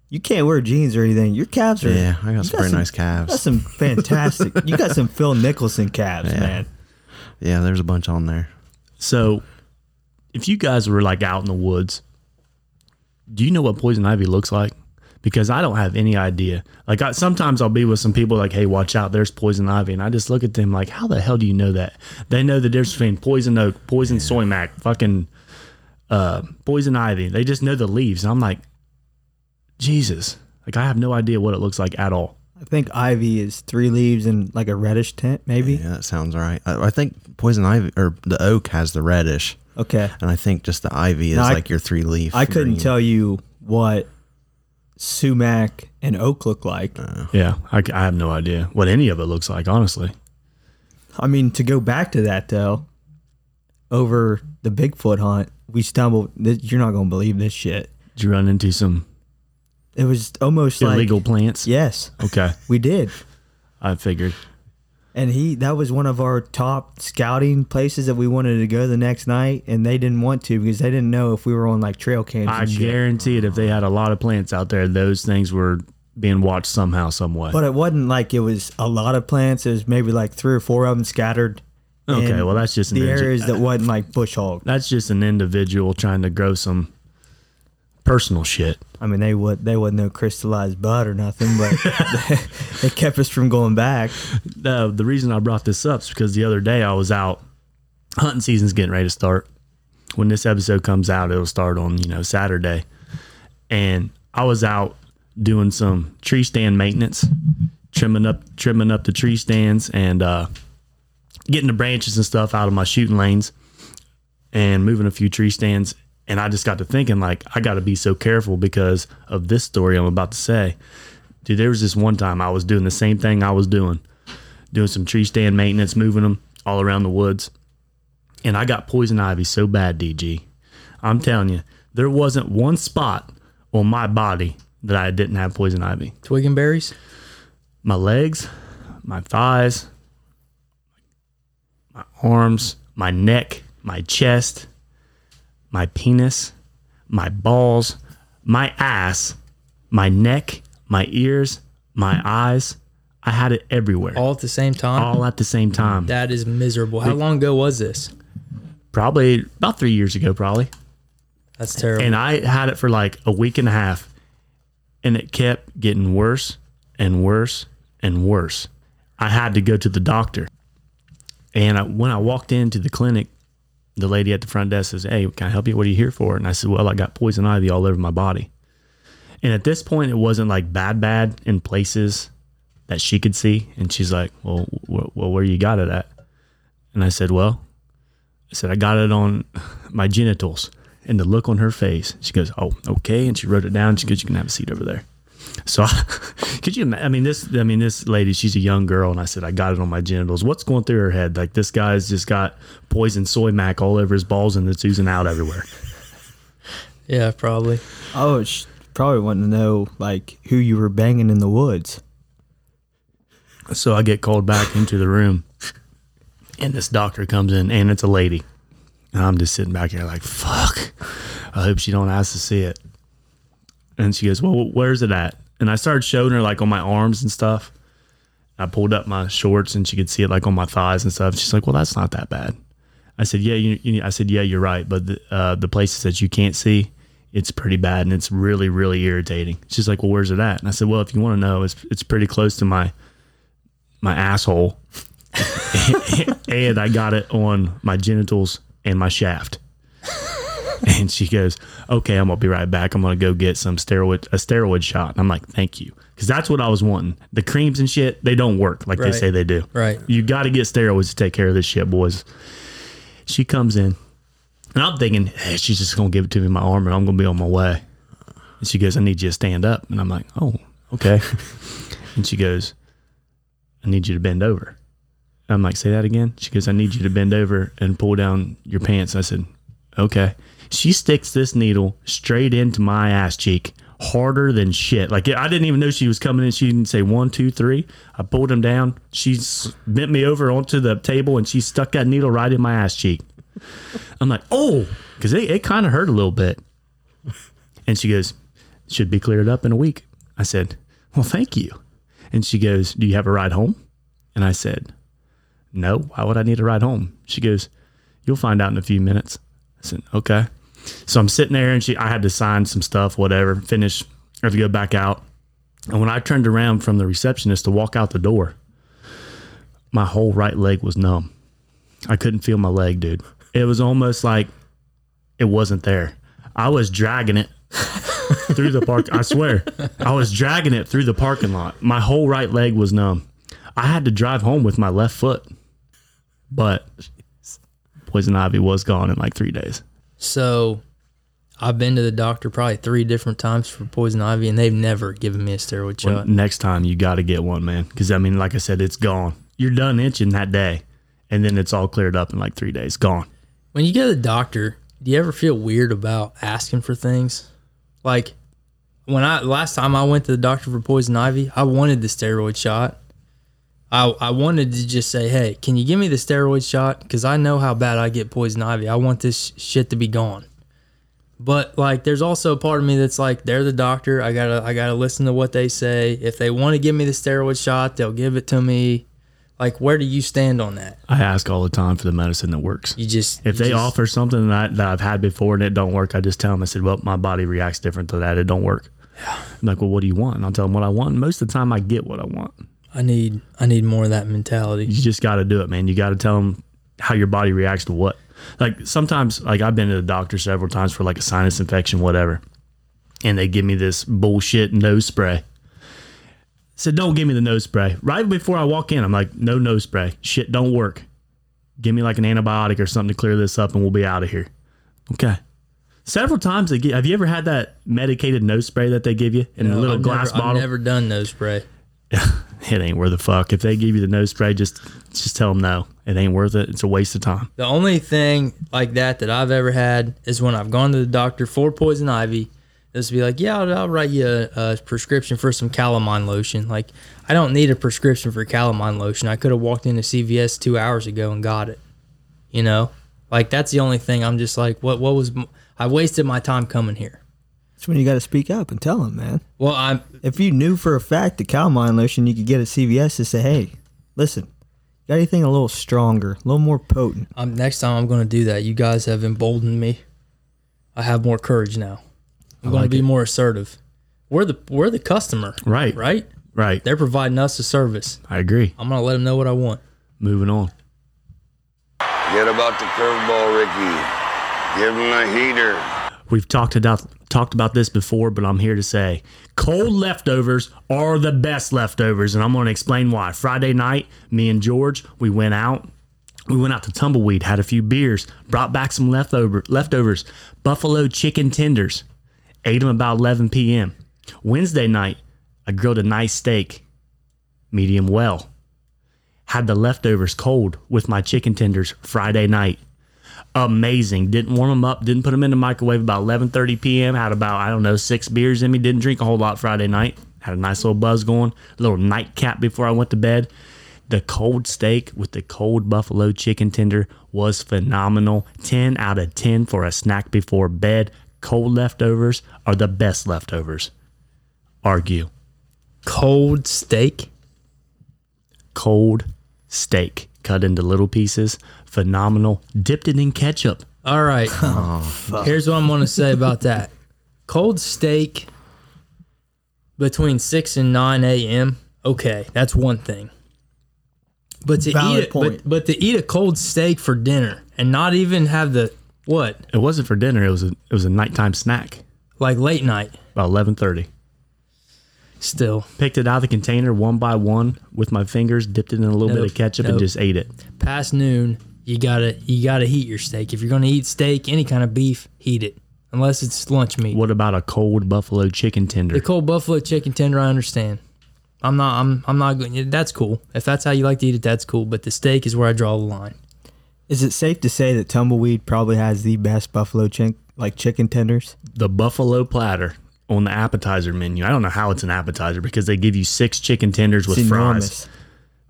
you can't wear jeans or anything. Your calves are.
yeah, I
you
got some pretty
some-
nice
you got
calves.
some fantastic. you got some Phil Nicholson calves, man.
Yeah, there's a bunch on there.
So, if you guys were like out in the woods, do you know what poison ivy looks like? Because I don't have any idea. Like I, sometimes I'll be with some people like, "Hey, watch out! There's poison ivy," and I just look at them like, "How the hell do you know that?" They know the difference between poison oak, poison soy mac, fucking uh, poison ivy. They just know the leaves. And I'm like, Jesus! Like I have no idea what it looks like at all.
I think ivy is three leaves and like a reddish tint, maybe.
Yeah, that sounds right. I, I think poison ivy or the oak has the reddish,
Okay,
and I think just the ivy is
I-
like your three leaf.
I couldn't
green.
tell you what sumac and oak look like.
Uh.
Yeah, I, c- I have no idea what any of it looks like. Honestly,
I mean, to go back to that though, over the Bigfoot hunt, we stumbled. This, you're not gonna believe this shit.
did you run into some
It was almost
illegal
like
plants?
yes,
Okay,
we did.
I figured.
And he that was one of our top scouting places that we wanted to go the next night, and they didn't want to because they didn't know if we were on like trail cams.
I
and Ah, shit.
guarantee it. If they had a lot of plants out there, those things were being watched somehow, some way.
But it wasn't like it was a lot of plants. It was maybe like three or four of them scattered.
Okay,
in
well, that's just an
the
inju-
areas that wasn't like bush hog.
That's just an individual trying to grow some personal shit.
I mean, they would they wasn't no crystallized bud or nothing, but they, kept us from going back.
Uh, the reason I brought this up is because the other day I was out. Hunting season's getting ready to start. When this episode comes out, it'll start on you know Saturday, and I was out doing some tree stand maintenance, trimming up trimming up the tree stands and uh, getting the branches and stuff out of my shooting lanes, and moving a few tree stands. And I just got to thinking like I got to be so careful because of this story I'm about to say. Dude, there was this one time I was doing the same thing I was doing doing some tree stand maintenance, moving them all around the woods. And I got poison ivy so bad, DG. I'm telling you, there wasn't one spot on my body that I didn't have poison ivy.
Twig and berries.
My legs, my thighs, my arms, my neck, my chest, my penis, my balls, my ass, my neck, my ears, my eyes. I had it everywhere,
all at the same time.
all at the same time.
that is miserable. How long ago was this?
probably about three years ago, probably.
That's terrible.
And I had it for like a week and a half, and it kept getting worse and worse and worse. I had to go to the doctor. And I, when I walked into the clinic, the lady at the front desk says, Hey, can I help you? What are you here for? And I said, Well, I got poison ivy all over my body. And at this point, it wasn't like bad, bad in places that she could see. And she's like, Well, wh- well where you got it at? And I said, Well, I said, I got it on my genitals. And the look on her face, she goes, Oh, okay. And she wrote it down. She goes, You can have a seat over there. So, I, could you? ima- I mean, this. I mean, this lady. She's a young girl, and I said I got it on my genitals. What's going through her head? Like this guy's just got poison soy mac all over his balls, and it's oozing out everywhere.
Yeah, probably.
Oh, sh probably wanting to know like who you were banging in the woods.
So I get called back into the room, and this doctor comes in, and it's a lady, and I'm just sitting back here like, "Fuck, I hope she don't ask to see it." And she goes, "Well, where's it at?" And I started showing her like on my arms and stuff. I pulled up my shorts, and she could see it like on my thighs and stuff. She's like, "Well, that's not that bad." I said, "Yeah, you." you I said, "Yeah, you're right, but the, uh, the places that you can't see." It's pretty bad and it's really, really irritating. She's like, Well, where's it at? And I said, Well, if you want to know, it's it's pretty close to my my asshole and I got it on my genitals and my shaft. and she goes, "Okay, I'm gonna be right back. I'm gonna go get some steroid a steroid shot." And I'm like, "Thank you," because that's what I was wanting. The creams and shit they don't work like
Right.
they say they do.
Right.
You got to get steroids to take care of this shit, boys. She comes in, and I'm thinking, hey, she's just gonna give it to me in my arm, and I'm gonna be on my way. And she goes, I need you to stand up, and I'm like, oh, okay. and she goes, I need you to bend over. I'm like, say that again. She goes, I need you to bend over and pull down your pants. I said, okay. She sticks this needle straight into my ass cheek, harder than shit. Like I didn't even know she was coming in. She didn't say one, two, three. I pulled him down. She s- bent me over onto the table and she stuck that needle right in my ass cheek. I'm like, oh, because it, it kind of hurt a little bit. And she goes, should be cleared up in a week. I said, well, thank you. And she goes, do you have a ride home? And I said, no, why would I need a ride home? She goes, you'll find out in a few minutes. I said, okay. So I'm sitting there and she, I had to sign some stuff, whatever, finish, I have to go back out. And when I turned around from the receptionist to walk out the door, my whole right leg was numb. I couldn't feel my leg, dude. It was almost like it wasn't there. I was dragging it through the park. I swear, I was dragging it through the parking lot. My whole right leg was numb. I had to drive home with my left foot, but poison ivy was gone in like three days.
So I've been to the doctor probably three different times for poison ivy, and they've never given me a steroid
But
shot.
next time you got to get one, man, because I mean, like I said, it's gone. You're done itching that day, and then it's all cleared up in like three days. Gone.
When you go to the doctor, do you ever feel weird about asking for things? Like when I last time I went to the doctor for poison ivy, I wanted the steroid shot. I, I wanted to just say, hey, can you give me the steroid shot? Because I know how bad I get poison ivy. I want this shit to be gone. But like, there's also a part of me that's like, they're the doctor. I gotta I gotta listen to what they say. If they want to give me the steroid shot, they'll give it to me. Like, where do you stand on that?
I ask all the time for the medicine that works.
You just
If
you
they
just-
offer something that, that I've had before and it don't work, I just tell them, I said, well, my body reacts different to that. It don't work. I'm like, well, what do you want? And I'll tell them what I want. And most of the time I get what I want.
I need I need more of that mentality.
You just got to do it, man. You got to tell them how your body reacts to what. Like sometimes, like I've been to the doctor several times for like a sinus infection, whatever. And they give me this bullshit nose spray. Said, don't give me the nose spray. Right before I walk in, I'm like, no nose spray. Shit don't work. Give me like an antibiotic or something to clear this up and we'll be out of here. Okay. Several times they get, have you ever had that medicated nose spray that they give you in a little
I've
glass
never,
bottle?
I've never done nose spray.
it ain't worth a fuck. If they give you the nose spray, just just tell them no. It ain't worth it. It's a waste of time.
The only thing like that that I've ever had is when I've gone to the doctor for poison ivy. This be like, yeah, I'll, I'll write you a, a prescription for some calamine lotion. Like, I don't need a prescription for calamine lotion. I could have walked into CVS two hours ago and got it. You know, like that's the only thing. I'm just like, what? What was? m- I wasted my time coming here.
That's when you got to speak up and tell them, man.
Well, I'm
If you knew for a fact the cow mine lotion you could get at CVS to say, hey, listen, got anything a little stronger, a little more potent?
I'm Um, next time I'm going to do that. You guys have emboldened me. I have more courage now. I'm going to be more assertive. We're the we're the customer,
Right.
right?
Right.
They're providing us a service.
I agree.
I'm going to let them know what I want.
Moving on.
Get about the curveball, Ricky. Give him a heater.
We've talked about talked about this before, but I'm here to say cold leftovers are the best leftovers, and I'm going to explain why. Friday night, me and George, we went out. We went out to Tumbleweed, had a few beers, brought back some leftover leftovers, buffalo chicken tenders, ate them about 11 p.m. Wednesday night, I grilled a nice steak, medium well. Had the leftovers cold with my chicken tenders Friday night amazing. Didn't warm them up. Didn't put them in the microwave about 11:30 p.m. Had about I don't know six beers in me. Didn't drink a whole lot Friday night. Had a nice little buzz going. A little nightcap before I went to bed. The cold steak with the cold buffalo chicken tender was phenomenal. 10 out of 10 for a snack before bed. Cold leftovers are the best leftovers. Argue.
Cold steak.
Cold steak cut into little pieces. Phenomenal. Dipped it in ketchup.
All right.
Oh,
Here's what I'm going to say about that. Cold steak between 6 and 9 a.m. Okay, that's one thing. But to
Valid
eat a,
point.
But, but to eat a cold steak for dinner and not even have the what?
It wasn't for dinner. It was a, it was a nighttime snack.
Like late night
About 11:30.
still.
picked it out of the container one by one with my fingers, dipped it in a little bit
Nope,
of ketchup,
nope.
and just ate it.
Past noon, you got to you got to heat your steak. If you're going to eat steak, any kind of beef, heat it. Unless it's lunch meat.
What about a cold buffalo chicken tender?
The cold buffalo chicken tender, I understand. I'm not. I'm. I'm not going. That's cool. If that's how you like to eat it, that's cool. But the steak is where I draw the line.
Is it safe to say that Tumbleweed probably has the best buffalo chick like chicken tenders?
The buffalo platter on the appetizer menu. I don't know how it's an appetizer because they give you six chicken tenders with
It's
fries.
enormous.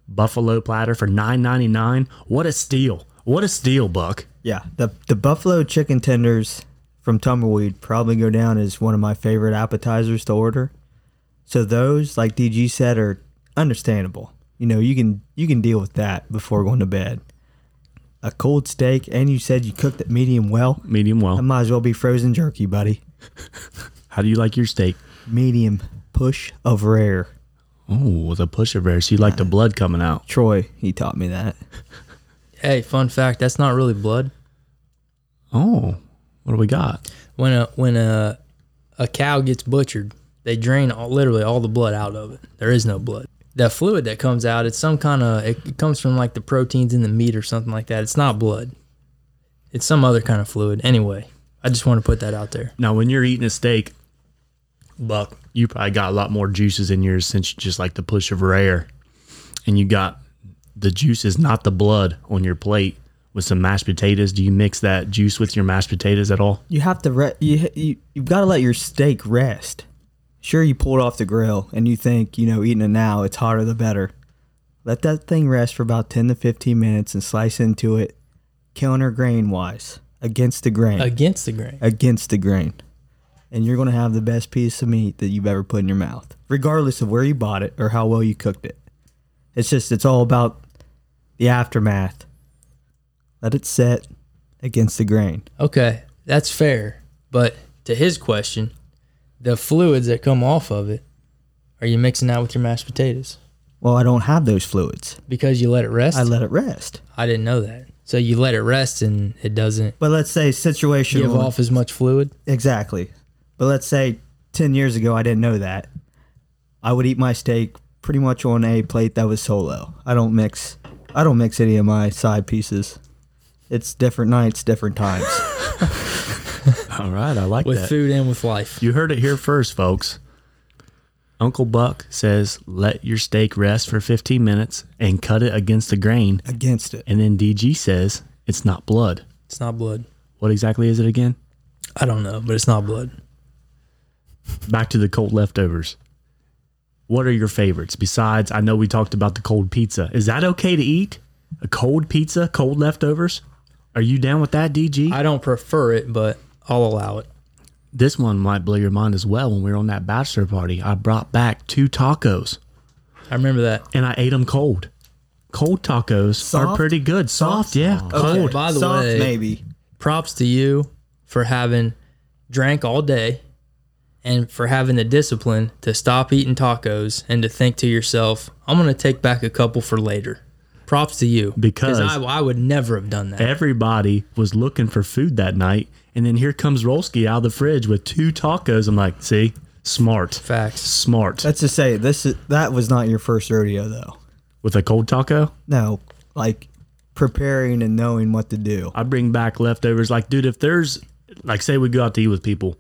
Buffalo platter for nine ninety nine. What a steal! What a steal, Buck.
Yeah, the the buffalo chicken tenders from Tumbleweed probably go down as one of my favorite appetizers to order. So those, like DG said, are understandable. You know, you can you can deal with that before going to bed. A cold steak, and you said you cooked it medium well.
Medium
That
well.
might as well be frozen jerky, buddy.
How do you like your steak?
Medium push of rare.
Oh, with a push of rare. So you like the blood coming out.
Troy, he taught me that.
Hey, fun fact. That's not really blood.
Oh, what do we got?
When a when a a cow gets butchered, they drain all, literally all the blood out of it. There is no blood. That fluid that comes out, it's some kind of. It comes from like the proteins in the meat or something like that. It's not blood. It's some other kind of fluid. Anyway, I just want to put that out there.
Now, when you're eating a steak, Buck, you probably got a lot more juices in yours since you just like the push of rare. And you got the juices, not the blood, on your plate with some mashed potatoes. Do you mix that juice with your mashed potatoes at all?
you have to re- you, you you've got to let your steak rest. Sure, you pulled off the grill and you think you know eating it now, it's hotter the better. Let that thing rest for about ten to fifteen minutes and slice into it, counter grain wise against the grain,
Against the grain.
against the grain, and you're gonna have the best piece of meat that you've ever put in your mouth, regardless of where you bought it or how well you cooked it. It's just it's all about the aftermath. Let it set against the grain.
Okay, that's fair. But to his question, the fluids that come off of it, are you mixing that with your mashed potatoes?
Well, I don't have those fluids.
Because you let it rest?
I let it rest.
I didn't know that. So you let it rest and it doesn't
But let's say situational.
give off as much fluid?
Exactly. But let's say 10 years ago, I didn't know that. I would eat my steak pretty much on a plate that was solo. I don't mix. I don't mix any of my side pieces. It's different nights, different times.
All right, I like
With
that.
food and with life.
You heard it here first, folks. Uncle Buck says, let your steak rest for 15 minutes and cut it against the grain.
Against it.
And then DG says, it's not blood.
It's not blood.
What exactly is it again?
I don't know, but it's not blood.
back to the cold leftovers. What are your favorites? Besides, I know we talked about the cold pizza. Is that okay to eat? A cold pizza, cold leftovers? Are you down with that, DG?
I don't prefer it, but I'll allow it.
this one might blow your mind as well. When we were on that bachelor party, I brought back two tacos
I remember that.
and I ate them cold. Cold tacos are
Soft?
pretty good. Soft, Oh. yeah.
Okay,
Cold.
by the
Soft,
way,
maybe.
props to you for having drank all day and for having the discipline to stop eating tacos and to think to yourself, I'm going to take back a couple for later. Props to you
Because-
I, I would never have done that.
Everybody was looking for food that night, and then here comes Rolski out of the fridge with two tacos. I'm like, see, smart,
Facts.
smart
Let's just say this is that was not your first rodeo though.
with a cold taco.
No, like preparing and knowing what to do.
I bring back leftovers. Like, dude, if there's like, say we go out to eat with people,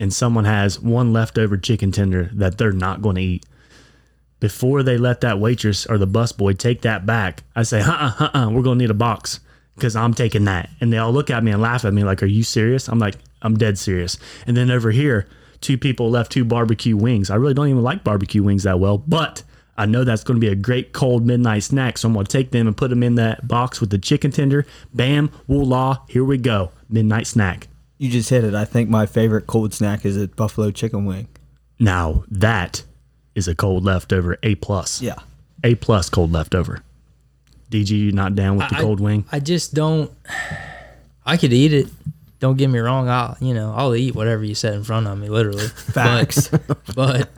and someone has one leftover chicken tender that they're not going to eat. Before they let that waitress or the busboy take that back, I say, uh uh, uh uh, we're going to need a box because I'm taking that. And they all look at me and laugh at me like, are you serious? I'm like, I'm dead serious. And then over here, two people left two barbecue wings. I really don't even like barbecue wings that well, but I know that's going to be a great cold midnight snack. So I'm going to take them and put them in that box with the chicken tender. Bam, woolah, here we go. Midnight snack.
You just hit it. I think my favorite cold snack is a buffalo chicken wing.
Now that is a cold leftover, A plus.
Yeah.
A plus cold leftover. DG, you not down with the
I-
cold wing?
I just don't. I could eat it. Don't get me wrong. I you know I'll eat whatever you set in front of me, literally.
Facts.
but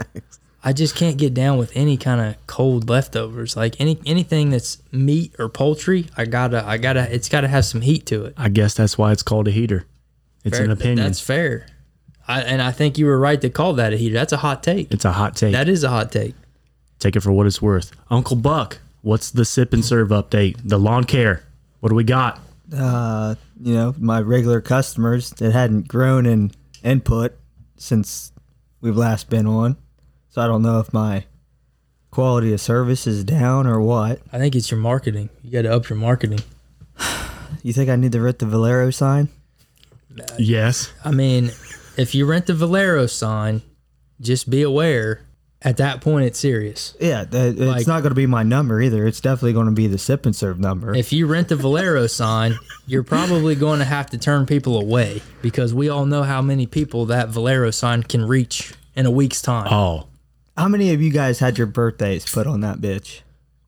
I just can't get down with any kind of cold leftovers. Like any anything that's meat or poultry, I gotta I gotta it's gotta have some heat to it.
I guess that's why it's called a heater. It's an
Fair-
opinion.
That's fair. I, and I think you were right to call that a heater. That's a hot take.
it's a hot take.
That is a hot take.
Take it for what it's worth. Uncle Buck, what's the sip and serve update? The lawn care. What do we got?
uh, you know, my regular customers that hadn't grown in input since we've last been on. So I don't know if my quality of service is down or what.
I think it's your marketing. You got to up your marketing.
You think I need to rent the Valero sign?
Yes.
I mean, if you rent the Valero sign, just be aware. At that point, it's serious.
Yeah, that, it's
Like-
not going to be my number either. It's definitely going to be the sip and serve number.
If you rent the Valero sign, you're probably going to have to turn people away because we all know how many people that Valero sign can reach in a week's time.
Oh,
How many of you guys had your birthdays put on that bitch?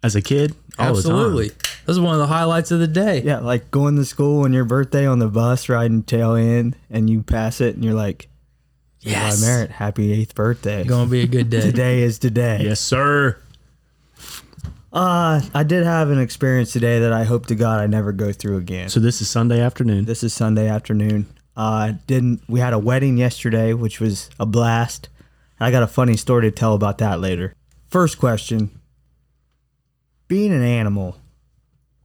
as a kid, all
Absolutely.
the time.
This is one of the highlights of the day.
Yeah, like going to school on your birthday on the bus, riding tail end, and you pass it, and you're like, "By
Yes.
merit, happy eighth birthday."
Going to be a good day.
Today is today.
Yes, sir.
Uh, I did have an experience today that I hope to God I never go through again.
So this is Sunday afternoon.
This is Sunday afternoon. Uh, didn't we had a wedding yesterday, which was a blast. I got a funny story to tell about that later. First question: Being an animal,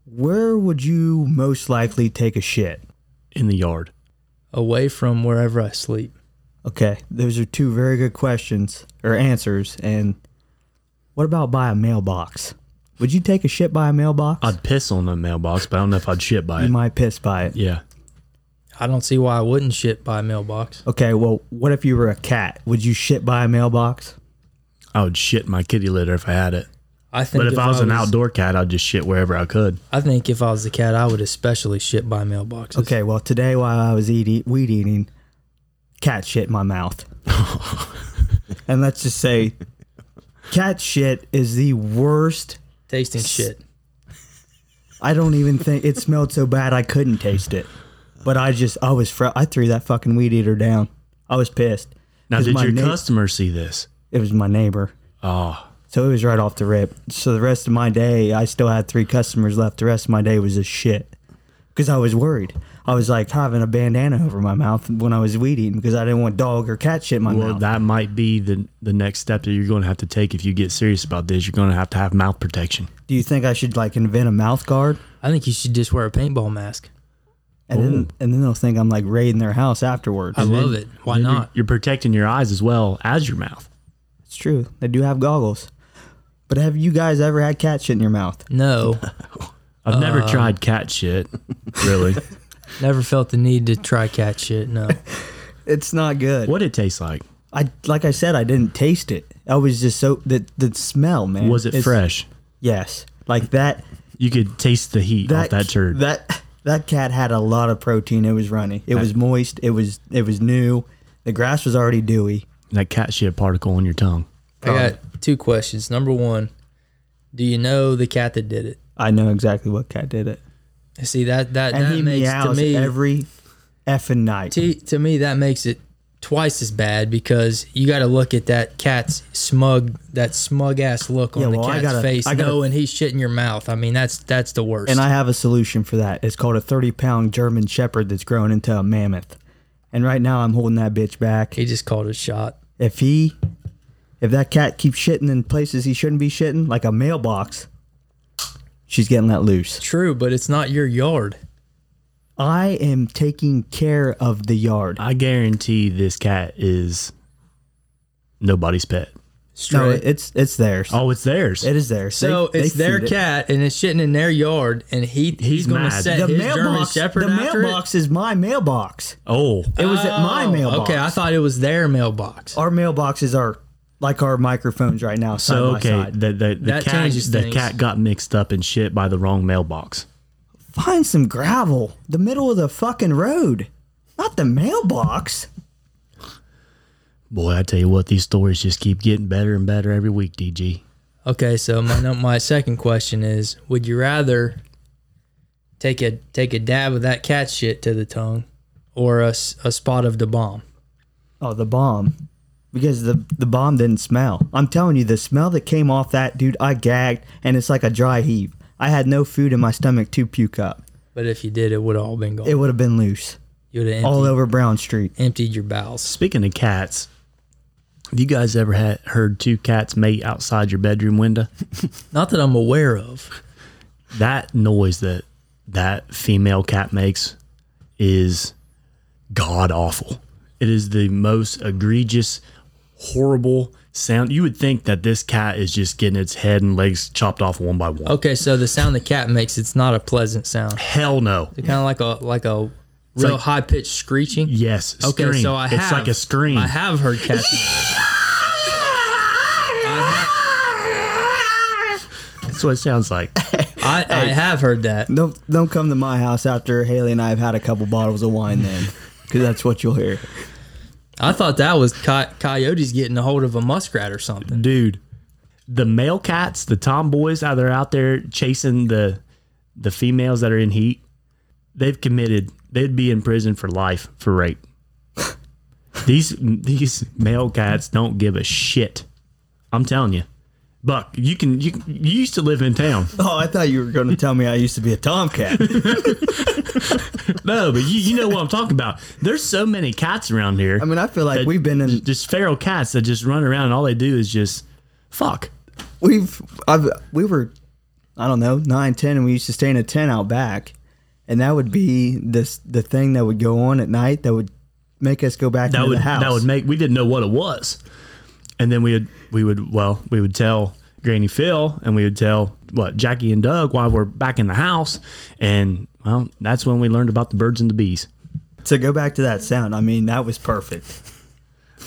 where would you most likely take a shit?
in the yard.
Away from wherever I sleep.
Okay, those are two very good questions or answers. And what about by a mailbox? Would you take a shit by a mailbox?
I'd piss on the mailbox, but I don't know if I'd shit by
you
it.
might piss by it.
Yeah.
I don't see why I wouldn't shit by a mailbox.
Okay, well, what if you were a cat? Would you shit by a mailbox?
I would shit my kitty litter if I had it.
I think
But if, I was an outdoor cat, I'd just shit wherever I could.
I think if I was the cat, I would especially shit by mailboxes.
Okay, well, today while I was eating weed eating, cat shit in my mouth. and let's just say, cat shit is the worst.
Tasting shit.
I don't even think it smelled so bad I couldn't taste it. But I just, I was, fr- I threw that fucking weed eater down. I was pissed.
Now,
'Cause
did
my
your
neigh-
customer see this?
It was my neighbor.
Oh,
So it was right off the rip. So the rest of my day, I still had three customers left. The rest of my day was just shit because I was worried. I was like having a bandana over my mouth when I was weed eating because I didn't want dog or cat shit in my
well,
mouth.
that might be the the next step that you're going to have to take if you get serious about this. You're going to have to have mouth protection.
Do you think I should like invent a mouth guard?
I think you should just wear a paintball mask.
And then, and then they'll think I'm like raiding their house afterwards.
I love it. Why
You're-
not?
You're, protecting your eyes as well as your mouth.
it's true. They do have goggles. But have you guys ever had cat shit in your mouth?
No,
I've never
Uh,
tried cat shit, really.
never felt the need to try cat shit. No,
It's not good.
what it tastes like?
I like I said, I didn't taste it. I was just so the the smell, man.
Was it
It's-
fresh?
Yes, like that.
You could taste the heat off that turd.
That that cat had a lot of protein. It was runny. It was moist. It was it was new. The grass was already dewy.
that cat shit particle on your tongue.
I got two questions. Number one, do you know the cat that did it?
I know exactly what cat did it.
See that that
And
that
he
makes to
meows
me
every effing night.
to, to me that makes it twice as bad because you got to look at that cat's smug, that smug ass look on
Yeah,
the
well, I
cat's
gotta-
face,
I gotta-
knowing he's shit in your mouth. I mean, that's that's the worst.
And I have a solution for that. It's called a 30 pound German Shepherd that's grown into a mammoth. And right now I'm holding that bitch back.
he just called his shot.
If he, if that cat keeps shitting in places he shouldn't be shitting, like a mailbox, she's getting let loose.
True, but it's not your yard.
I am taking care of the yard.
I guarantee this cat is nobody's pet.
No,
Straight.
it's it's theirs.
Oh, it's theirs.
It is theirs.
so
They-
it's
they
their
feed it.
cat, and it's shitting in their yard, and he he's, gonna
mad.
set
The
his German
mailbox.
Shepherd
The
after
mailbox is my mailbox.
oh,
It was at my
it.
mailbox.
Okay, I thought it was their mailbox.
our mailboxes are like our microphones right now. Side
so
by
okay.
side.
The, the, the
That
cat
changes
the
things.
cat got mixed up and shit by the wrong mailbox.
Find some gravel. The middle of the fucking road, not the mailbox.
Boy, I tell you what, these stories just keep getting better and better every week. DG.
Okay, so my no- my second question is: Would you rather take a take a dab of that cat shit to the tongue, or a, s- a spot of the bomb?
Oh, the bomb. Because the the bomb didn't smell. I'm telling you, the smell that came off that dude, I gagged, and it's like a dry heave. I had no food in my stomach to puke up.
But if you did, it would all been gone.
It would have been loose
you would have
all
emptied,
over Brown Street.
emptied your bowels.
Speaking of cats, have you guys ever had, heard two cats mate outside your bedroom window?
Not that I'm aware of.
that noise that that female cat makes is god awful. It is the most egregious, horrible sound. You would think that this cat is just getting its head and legs chopped off one by one.
Okay, so the sound the cat makes, it's not a pleasant sound.
Hell no.
It's kind of like a like a real
like-
high pitched screeching.
Yes.
Okay,
scream.
so I have.
It's like a scream.
I have heard cats.
That's what it sounds like.
I, I have heard that.
Don't don't come to my house after Haley and I have had a couple bottles of wine then, because that's what you'll hear.
I thought that was co- coyotes getting a hold of a muskrat or something.
Dude, the male cats, the tomboys that are out there chasing the the females that are in heat, they've committed they'd be in prison for life for rape. these these male cats don't give a shit. I'm telling you. Buck, you can you, can- you used to live in town.
Oh, I thought you were going to tell me I used to be a tomcat.
No, but you, you know what I'm talking about. There's so many cats around here.
I mean, I feel like we've been in
just feral cats that just run around and all they do is just fuck.
we've I've we were I don't know nine ten and we used to stay in a tent out back, and that would be this the thing that would go on at night that would make us go back
that
into
would
the house.
that would make we didn't know what it was, and then we would we would well we would tell Granny Phil and we would tell what Jackie and Doug why we're back in the house, and well that's when we learned about the birds and the bees.
so go back to that sound. I mean, that was perfect.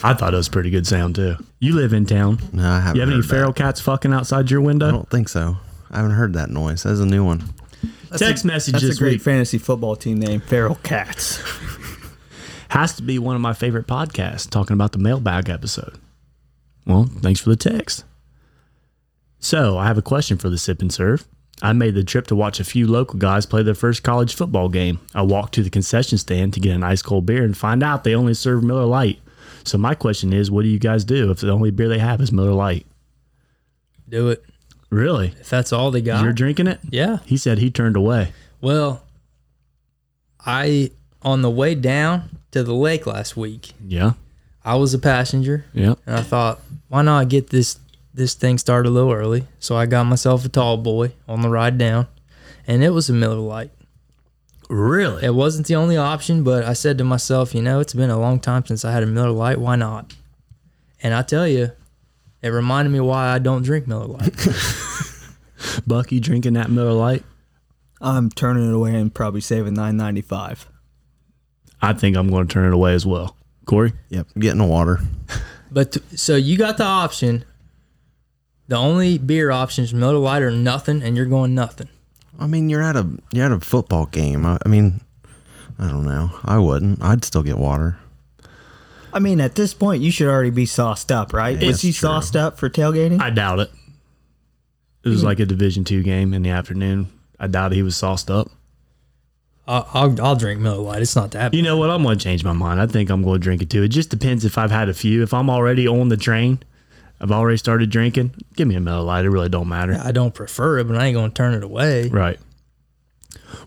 I thought it was pretty good sound too. You live in town.
No, I haven't.
You have any
heard that.
feral cats fucking outside your
I
window?
don't think so. I haven't heard that noise. That's a new one.
Text message
That's
this
a great
week
fantasy football team name, Feral Cats.
has to be one of my favorite podcasts talking about the mailbag episode. Well, thanks for the text. So, I have a question for the Sip and Serve. I made the trip to watch a few local guys play their first college football game. I walked to the concession stand to get an ice cold beer and find out they only serve Miller Lite. So, my question is, what do you guys do if the only beer they have is Miller Lite?
Do it.
Really?
If that's all they got.
You're drinking it?
yeah.
He said he turned away.
Well, I on the way down to the lake last week,
Yeah.
I was a passenger
Yeah.
and I thought, why not get this this thing started a little early? So I got myself a tall boy on the ride down and it was a Miller Lite.
Really?
It wasn't the only option, but I said to myself, you know, it's been a long time since I had a Miller Lite, why not? And I tell you, it reminded me why I don't drink Miller Lite.
Buck, you drinking that Miller Lite?
I'm turning it away and probably saving nine ninety five.
I think I'm going to turn it away as well. Corey?
Yep. Get in the water.
but t- so you got the option. The only beer option is Miller Lite or nothing, and you're going nothing.
I mean, you're at a you're at a football game. I, I mean, I don't know. I wouldn't. I'd still get water.
I mean, at this point, you should already be sauced up, right? Was
It's
he
true.
sauced up for tailgating?
I doubt it. It was like a Division two game in the afternoon. I doubt he was sauced up.
I'll, I'll, I'll drink Miller Lite. It's not that.
You know what? I'm going to change my mind. I think I'm going to drink it too. It just depends if I've had a few. If I'm already on the train, I've already started drinking, give me a Miller Lite. It really don't matter.
I don't prefer it, but I ain't gonna turn it away.
Right.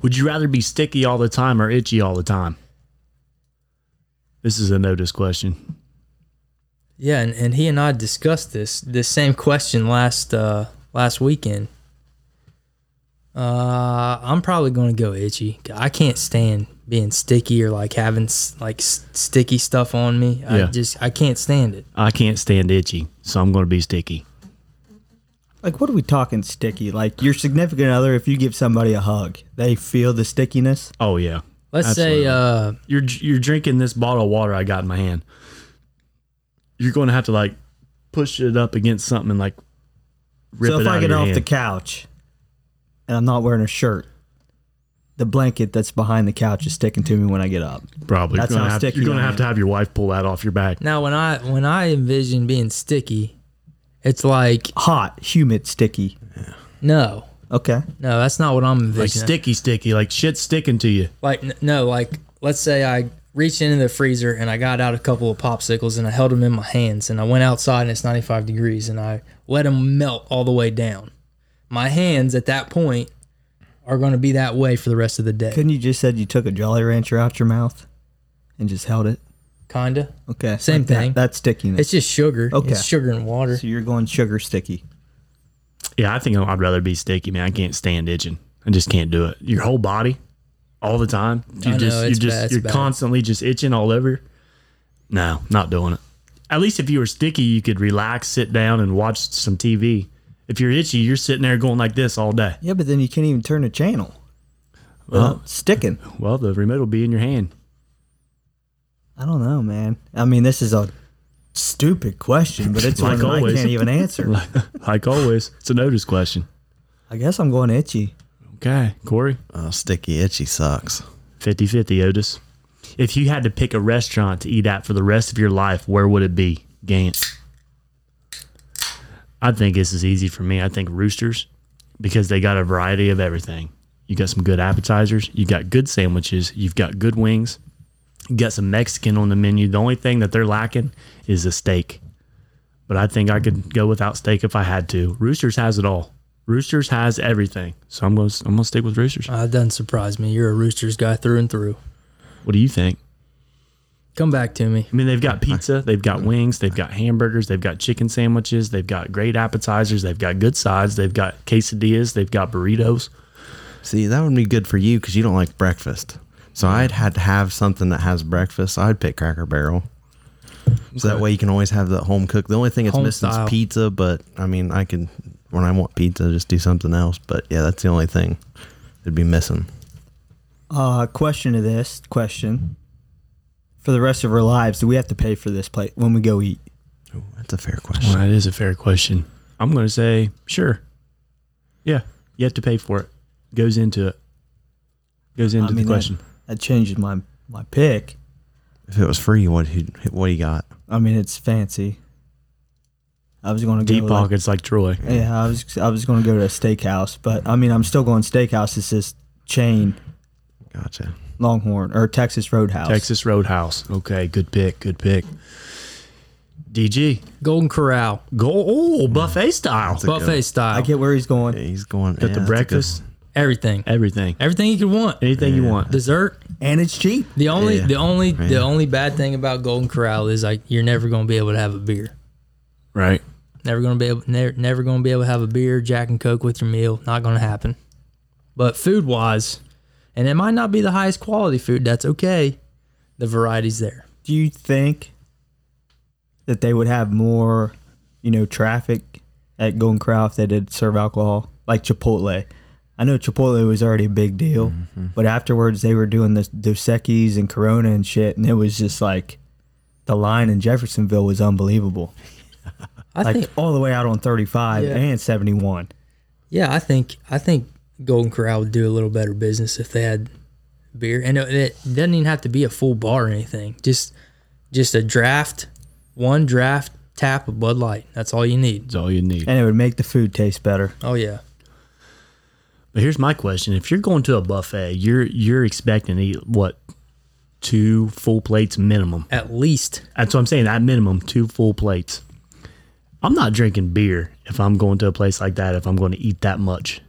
Would you rather be sticky all the time or itchy all the time? This is a notice question.
Yeah, and, and he and I discussed this this same question last uh last weekend. Uh, I'm probably gonna go itchy. I can't stand being sticky or like having s- like s- sticky stuff on me. I
Yeah.
just I can't stand it.
I can't stand itchy, so I'm going to be sticky.
Like, what are we talking sticky? Like, your significant other, if you give somebody a hug, they feel the stickiness.
Oh yeah.
Let's
Absolutely.
say uh
You're you're drinking this bottle of water I got in my hand. You're going to have to like push it up against something and like rip
so
it
if
out
I
of
get
your
off
hand.
the couch and I'm not wearing a shirt, the blanket that's behind the couch is sticking to me when I get up.
Probably.
That's
you're gonna
how
have,
sticky
You're going to
I
have
am.
to have your wife pull that off your back.
now when I when I envision being sticky, it's like
Hot, humid, sticky.
no.
Okay.
No, that's not what I'm
Like
envisioning.
sticky, sticky. Like shit's sticking to you.
like n- no like let's say i reached into the freezer and i got out a couple of popsicles and i held them in my hands and i went outside and it's 95 degrees and i let them melt all the way down my hands at that point are going to be that way for the rest of the day
Couldn't you just said you took a Jolly Rancher out your mouth and just held it?
kinda
Okay.
Same
that-
thing.
that's stickiness.
it's just sugar
Okay.
it's sugar and water
so you're going sugar sticky.
Yeah, I think I'd rather be sticky, man. I can't stand itching. I just can't do it. Your whole body, all the time. You
know,
just, you
it's
just,
bad, it's
you're
bad.
constantly just itching all over. No, not doing it. At least if you were sticky, you could relax, sit down, and watch some TV. If you're itchy, you're sitting there going like this all day.
Yeah, but then you can't even turn the channel. Well, sticking.
Well, the remote will be in your hand.
I don't know, man. I mean, this is a stupid question, but it's
Like
one that
always.
I can't even answer.
like always, it's a notice question.
I guess I'm going itchy.
Okay, Corey.
Oh, sticky itchy sucks.
50 50, Otis. If you had to pick a restaurant to eat at for the rest of your life, where would it be? Gant. I think this is easy for me. I think Roosters because they got a variety of everything. You got some good appetizers, you got good sandwiches, you've got good wings, you got some Mexican on the menu. The only thing that they're lacking is a steak. But I think I could go without steak if I had to. Roosters has it all. Roosters has everything. So I'm going to I'm going to stick with Roosters.
uh, it doesn't surprise me you're a roosters guy through and through
What do you think?
come back to me
I mean, they've got pizza, they've got wings, they've got hamburgers, they've got chicken sandwiches, they've got great appetizers, they've got good sides, they've got quesadillas, they've got burritos.
See, that would be good for you because you don't like breakfast. So I'd had to have something that has breakfast. I'd pick Cracker Barrel. So that way you can always have that home cook. The only thing it's
Home
missing
style.
is pizza, but I mean, I could when I want pizza, just do something else. But yeah, that's the only thing it'd be missing.
Uh, question to this question. For the rest of our lives, do we have to pay for this plate when we go eat?
That's a fair
Well,
question.
that is a fair question. I'm going to say, sure. Yeah, you have to pay for it. Goes into it. Goes into the
that-
question.
That, changes my my pick.
If it was free, what he what he got?
I mean, it's fancy. I was going to go
Deep
like-
pockets like Troy.
yeah, I was I was going to go to a steakhouse, but I mean, I'm still going steakhouse. It's this chain
Gotcha.
Longhorn or Texas Roadhouse.
Texas Roadhouse. Okay, good pick. Good pick. DG.
golden corral
Go. Oh, buffet style.
a good
buffet
one.
I
style
get where he's going.
Yeah, he's going
Got the
yeah, that's a good
breakfast,
everything
everything.
everything you could want
Anything you want.
dessert
and it's cheap.
The only,
Yeah.
the only, the
Yeah.
only bad thing about Golden Corral is like you're never gonna be able to have a beer.
Right.
Never gonna be able, never, never gonna be able to have a beer, Jack and Coke with your meal. Not gonna happen. But food wise, and it might not be the highest quality food. That's okay. The variety's there.
Do you think that they would have more, you know, traffic at Golden Corral if they did serve alcohol like Chipotle? I know Chipotle was already a big deal, but afterwards they were doing the Dos Equis and Corona and shit, and it was just like the line in Jeffersonville was unbelievable,
I
like
think,
all the way out on 35
Yeah.
and 71.
yeah, I think, I think Golden Corral would do a little better business if they had beer, and it, it doesn't even have to be a full bar or anything. Just, just a draft, one draft tap of Bud Light. That's all you need.
That's all you need.
And it would make the food taste better.
Oh yeah.
But here's my question: If you're going to a buffet, you're you're expecting to eat what two full plates minimum.
At least
That's what I'm saying. At minimum, two full plates. I'm not drinking beer if I'm going to a place like that. If I'm going to eat that much,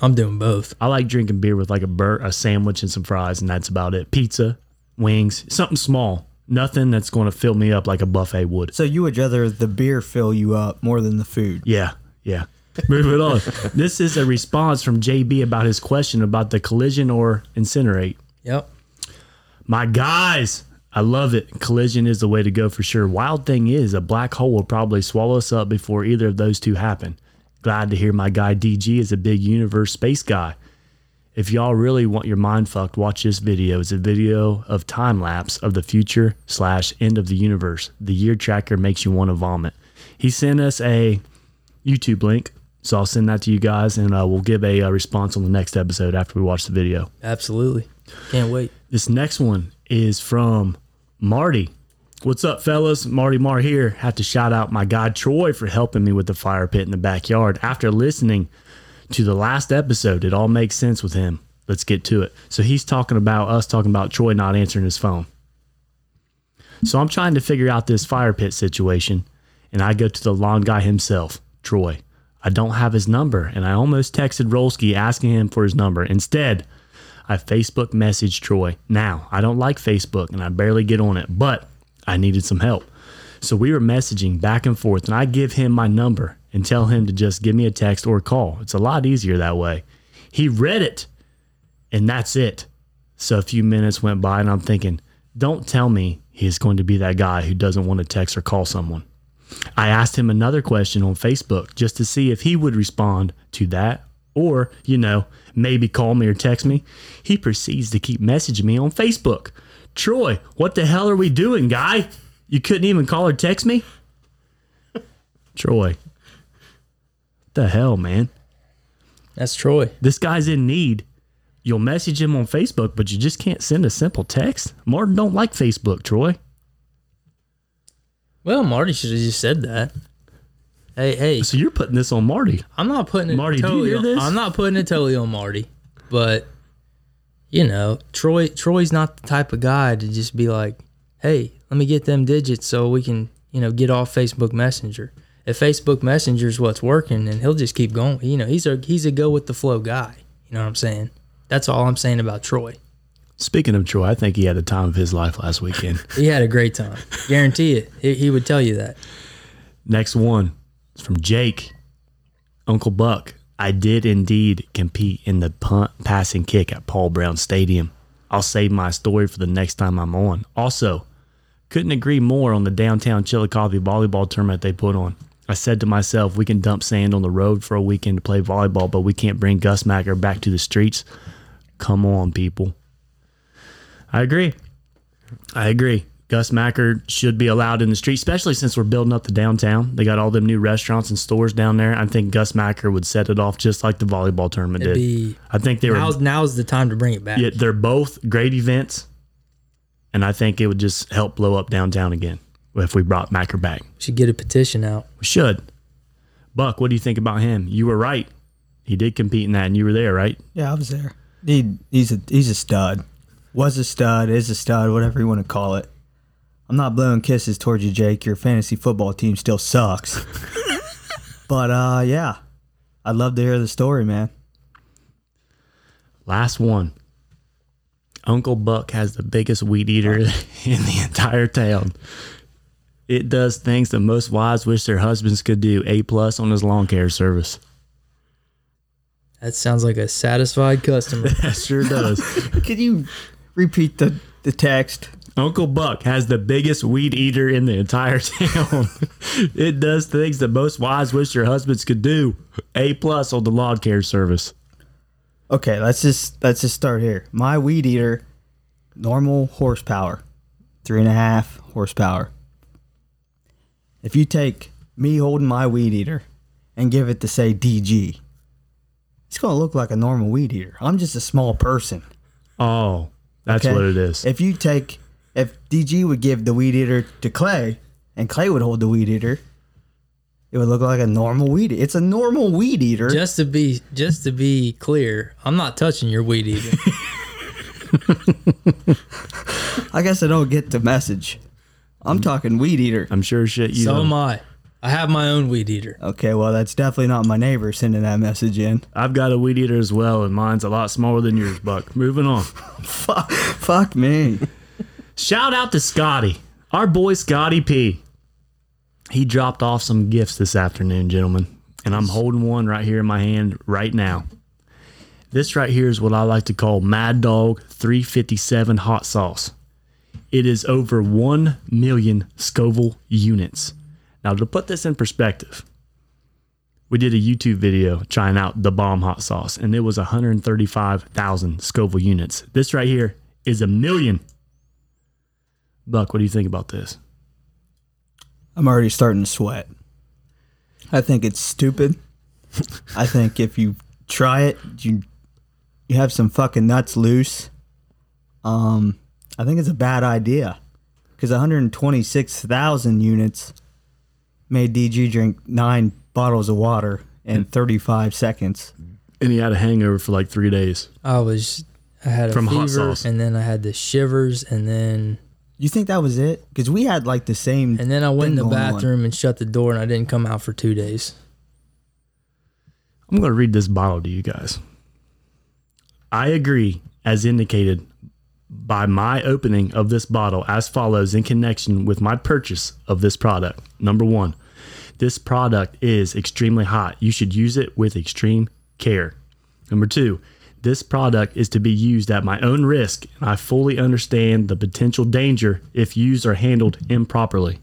I'm doing both.
I like drinking beer with like a bur- a sandwich and some fries, and that's about it. Pizza, wings, something small. Nothing that's going to fill me up like a buffet would.
So you would rather the beer fill you up more than the food.
Yeah, yeah. Move it on. This is a response from JB about his question about the collision or incinerate.
Yep.
My guys, I love it. Collision is the way to go for sure. Wild thing is, a black hole will probably swallow us up before either of those two happen. Glad to hear my guy DG is a big universe space guy. If y'all really want your mind fucked, watch this video. It's a video of time lapse of the future slash end of the universe. The year tracker makes you want to vomit. He sent us a YouTube link, so I'll send that to you guys, and uh, we'll give a uh, response on the next episode after we watch the video.
Absolutely. Can't wait.
This next one is from Marty. What's up, fellas? Marty Mar here. Have to shout out my guy Troy for helping me with the fire pit in the backyard. After listening to the last episode, it all makes sense with him. Let's get to it. So he's talking about us talking about Troy not answering his phone. So I'm trying to figure out this fire pit situation, and I go to the lawn guy himself, Troy. I don't have his number, and I almost texted Rolski asking him for his number. Instead, I Facebook messaged Troy. Now, I don't like Facebook and I barely get on it, but I needed some help. So we were messaging back and forth, and I give him my number and tell him to just give me a text or a call. It's a lot easier that way. He read it, and that's it. So a few minutes went by, and I'm thinking, don't tell me he is going to be that guy who doesn't want to text or call someone. I asked him another question on Facebook just to see if he would respond to that or, you know, maybe call me or text me. He proceeds to keep messaging me on Facebook. Troy, what the hell are we doing, guy? You couldn't even call or text me? Troy. The hell, man.
That's Troy.
This guy's in need. You'll message him on Facebook, but you just can't send a simple text. Martin don't like Facebook, Troy.
Well, Marty should have just said that. Hey, hey.
So you're putting this on Marty.
I'm not putting it
Marty, do you
totally
hear
on,
this?
I'm not putting it totally on Marty, but you know, Troy Troy's not the type of guy to just be like, "Hey, let me get them digits so we can, you know, get off Facebook Messenger." If Facebook Messenger's what's working, then he'll just keep going. You know, he's a he's a go with the flow guy. You know what I'm saying? That's all I'm saying about Troy.
Speaking of Troy, I think he had the time of his life last weekend.
He had a great time. Guarantee it. He, he would tell you that.
Next one is from Jake. Uncle Buck, I did indeed compete in the punt, pass, and kick at Paul Brown Stadium. I'll save my story for the next time I'm on. Also, couldn't agree more on the downtown Chillicothe volleyball tournament they put on. I said to myself, we can dump sand on the road for a weekend to play volleyball, but we can't bring Gus Macker back to the streets. Come on, people. I agree. I agree. Gus Macker should be allowed in the street, especially since we're building up the downtown. They got all them new restaurants and stores down there. I think Gus Macker would set it off just like the volleyball tournament
It'd
did.
be-
I think they were
Now's now's the time to bring it back.
yeah, they're both great events, and I think it would just help blow up downtown again if we brought Macker back.
We should get a petition out.
We should. Buck, what do you think about him? You were right. He did compete in that, and you were there, right?
Yeah, I was there. Dude, he's a he's a stud. Was a stud, is a stud, whatever you want to call it. I'm not blowing kisses towards you, Jake. Your fantasy football team still sucks. but uh yeah. I'd love to hear the story, man.
Last one. Uncle Buck has the biggest weed eater in the entire town. It does things that most wives wish their husbands could do. A plus on his lawn care service.
That sounds like a satisfied customer.
That sure does.
Could you repeat the, the text?
Uncle Buck has the biggest weed eater in the entire town. it does things that most wives wish their husbands could do. A plus on the lawn care service.
Okay, let's just let's just start here. My weed eater, normal horsepower, three and a half horsepower. If you take me holding my weed eater and give it to say DG, it's gonna look like a normal weed eater. I'm just a small person.
Oh, that's
okay?
what it is.
If you take if DG would give the weed eater to Clay and Clay would hold the weed eater, It would look like a normal weed. It's a normal weed eater.
Just to be just to be clear, I'm not touching your weed either.
I guess I don't get the message. I'm talking weed eater.
I'm sure shit you.
so
don't-
am I. I have my own weed eater.
Okay, well that's definitely not my neighbor sending that message in.
I've got a weed eater as well, and mine's a lot smaller than yours, Buck. Moving on.
Fuck, fuck me.
Shout out to Scotty, our boy Scotty P. He dropped off some gifts this afternoon, gentlemen, and I'm holding one right here in my hand right now. This right here is what I like to call Mad Dog 357 hot sauce. It is over 1 million Scoville units. Now, to put this in perspective, we did a YouTube video trying out the bomb hot sauce, and it was 135,000 Scoville units. This right here is a million. Buck, what do you think about this?
I'm already starting to sweat. I think it's stupid. I think if you try it, you you have some fucking nuts loose. Um, I think it's a bad idea because 126,000 units made DG drink nine bottles of water in 35 seconds.
And he had a hangover for like three days.
I was I had a
From hot
fever
sauce.
and then I had the shivers and then
You think that was it? Because we had like the same.
and then I went in
thing
the
going on.
bathroom and shut the door and I didn't come out for 2 days.
I'm going to read this bottle to you guys. I agree, as indicated by my opening of this bottle, as follows in connection with my purchase of this product. Number one, this product is extremely hot. You should use it with extreme care. Number two, this product is to be used at my own risk, and I fully understand the potential danger if used or handled improperly.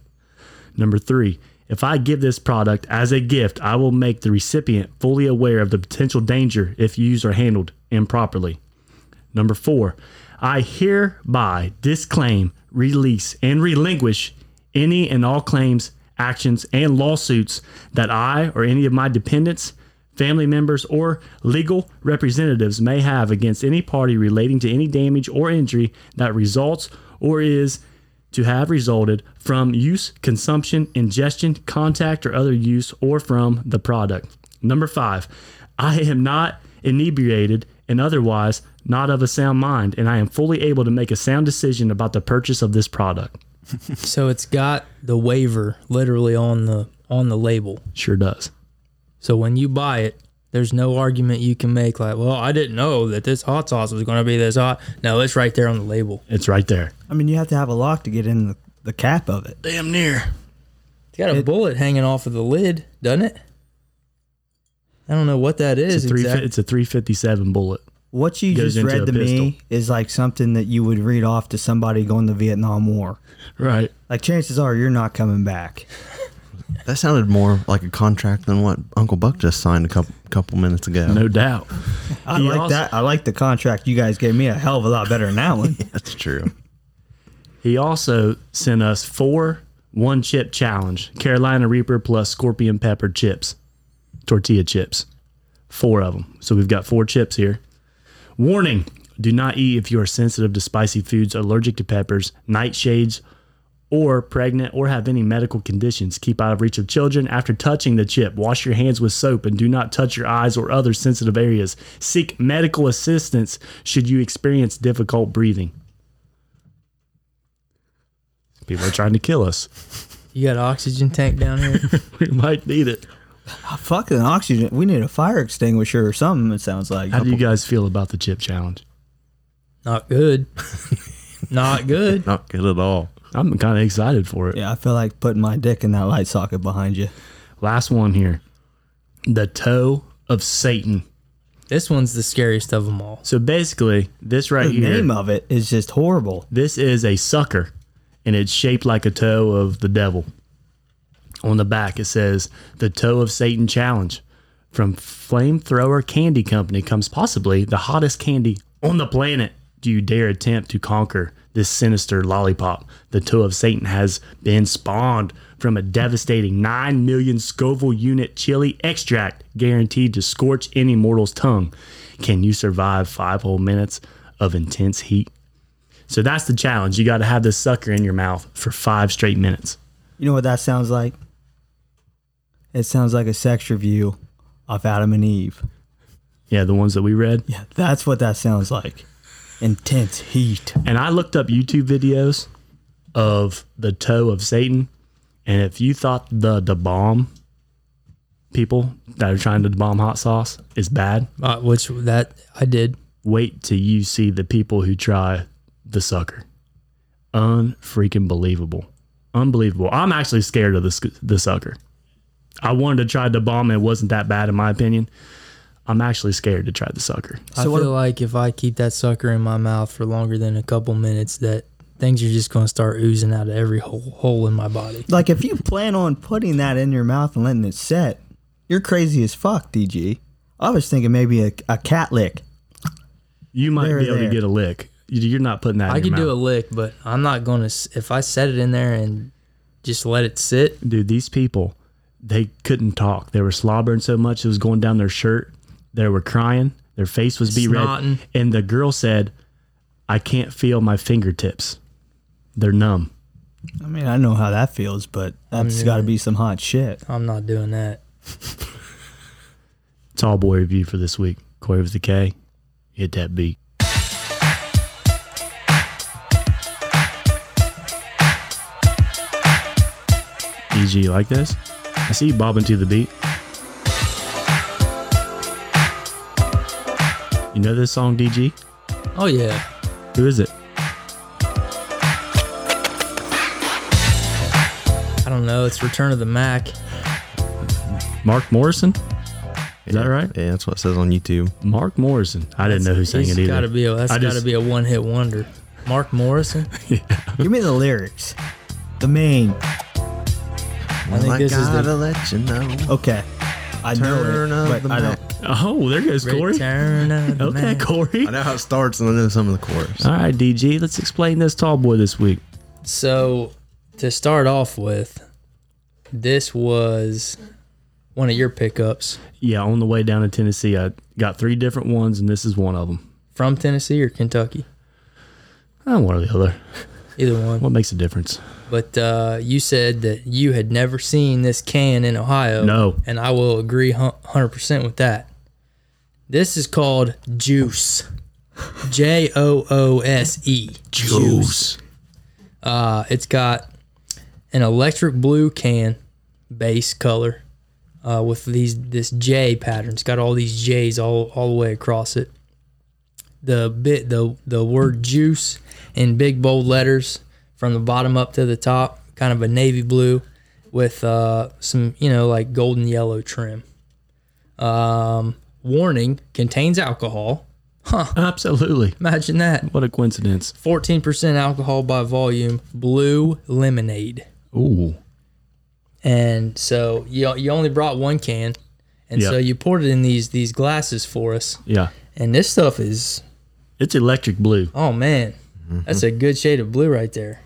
Number three, if I give this product as a gift, I will make the recipient fully aware of the potential danger if used or handled improperly. Number four, I hereby disclaim, release, and relinquish any and all claims, actions, and lawsuits that I or any of my dependents, family members, or legal representatives may have against any party relating to any damage or injury that results or is to have resulted from use, consumption, ingestion, contact, or other use, or from the product. Number five, I am not inebriated and otherwise not of a sound mind, and I am fully able to make a sound decision about the purchase of this product.
So it's got the waiver literally on the on the label.
Sure does.
So when you buy it, there's no argument you can make like, well, I didn't know that this hot sauce was going to be this hot. No, it's right there on the label.
It's right there.
I mean, you have to have a lock to get in the, the cap of it.
Damn near.
It's got a bullet hanging off of the lid, doesn't it? I don't know what that
It's
is
a, three,
exactly.
it's a 357 bullet.
What you
Goes
just
into
read
a
to me is like something that you would read off to somebody going to Vietnam War.
Right.
Like chances are you're not coming back.
That sounded more like a contract than what Uncle Buck just signed a couple couple minutes ago.
No doubt.
I
He
like
also-
that. I like the contract you guys gave me a hell of a lot better than that one.
That's true.
He also sent us four one chip challenge Carolina Reaper plus Scorpion Pepper chips, tortilla chips. Four of them. So we've got four chips here. Warning do not eat if you are sensitive to spicy foods, allergic to peppers, nightshades, or pregnant or have any medical conditions. Keep out of reach of children. After touching the chip, wash your hands with soap and do not touch your eyes or other sensitive areas. Seek medical assistance should you experience difficult breathing. People are trying to kill us.
you got an oxygen tank down here.
we might need it.
Ah, Fucking oxygen. We need a fire extinguisher or something. It sounds like.
How do you guys feel about the chip challenge?
Not good. Not good.
Not good at all.
I'm kind of excited for it.
yeah, I feel like putting my dick in that light socket behind you.
Last one here the toe of Satan.
This one's the scariest of them all.
So basically, this right
The
here,
name of it is just horrible.
this is a sucker, and it's shaped like a toe of the devil. On the back, it says the toe of Satan challenge from Flamethrower Candy Company comes possibly the hottest candy on the planet. Do you dare attempt to conquer this sinister lollipop? The toe of Satan has been spawned from a devastating 9 million Scoville unit chili extract guaranteed to scorch any mortal's tongue. Can you survive five whole minutes of intense heat? So that's the challenge. You got to have this sucker in your mouth for five straight minutes.
You know what that sounds like? It sounds like a sex review of Adam and Eve.
Yeah, the ones that we read.
Yeah, that's what that sounds like. Intense heat.
And I looked up YouTube videos of the toe of Satan. And if you thought the the bomb people that are trying to bomb hot sauce is bad,
Uh, which that I did.
wait till you see the people who try the sucker. Unfreaking believable. Unbelievable. I'm actually scared of the, sc- the sucker. I wanted to try the bomb. It wasn't that bad, in my opinion. I'm actually scared to try the sucker.
I
So what-
feel like if I keep that sucker in my mouth for longer than a couple minutes, that things are just going to start oozing out of every hole, hole in my body.
Like if you plan on putting that in your mouth and letting it set, you're crazy as fuck, DG. I was thinking maybe a, a cat lick.
You might
There,
be able
there.
to get a lick. You- You're not putting that.
I
in your
could do a
mouth.
lick, but I'm not going to. If I set it in there and just let it sit,
dude, these people, they couldn't talk. They were slobbering so much it was going down their shirt. They were crying. Their face was be
Snotting.
red. And the girl said, "I can't feel my fingertips. They're numb."
I mean, I know how that feels, but that's got to be some hot shit.
I'm not doing that.
Tall boy review for this week. Corey with the K. Hit that beat. DG, E you like this? I see you bobbing to the beat. You know this song, DG?
Oh yeah,
Who is it?
I don't know. It's Return of the Mac.
Mark Morrison? Is that right?
Yeah, that's what it says on YouTube.
Mark Morrison. I didn't know who sang it
He's
either.
Gotta be a, that's
I
got to
just-
be a one hit wonder. Mark Morrison.
Give me the lyrics. The main.
I
think this is the-
gotta let you know.
Okay. I
Turn
know
of
it,
the
but I
Mac.
don't.
oh, there goes Corey.
Return of the
Okay,
Mac.
Corey.
I know how it starts and I know some of the chorus.
All right, DG, let's explain this tall boy this week.
So, to start off with, this was one of your pickups
Yeah, on the way down to Tennessee, I got three different ones, and this is one of them.
from Tennessee or Kentucky,
Oh, one or the other.
either one.
What makes a difference?
But uh, you said that you had never seen this can in Ohio.
No.
and I will agree hun- 100% with that. This is called Juice. J O O S E.
Juice.
Uh, it's got an electric blue can base color uh, with these this J pattern. It's got all these J's all, all the way across it. The bit the the word juice in big bold letters from the bottom up to the top, kind of a navy blue with uh, some you know like golden yellow trim. Um, warning: contains alcohol.
Absolutely.
Imagine that.
What a coincidence.
14% alcohol by volume, blue lemonade.
Ooh.
And so you, you only brought one can. And
Yeah.
so you poured it in these these glasses for us.
Yeah.
And this stuff is,
It's electric blue.
oh man,
Mm-hmm.
that's a good shade of blue right there.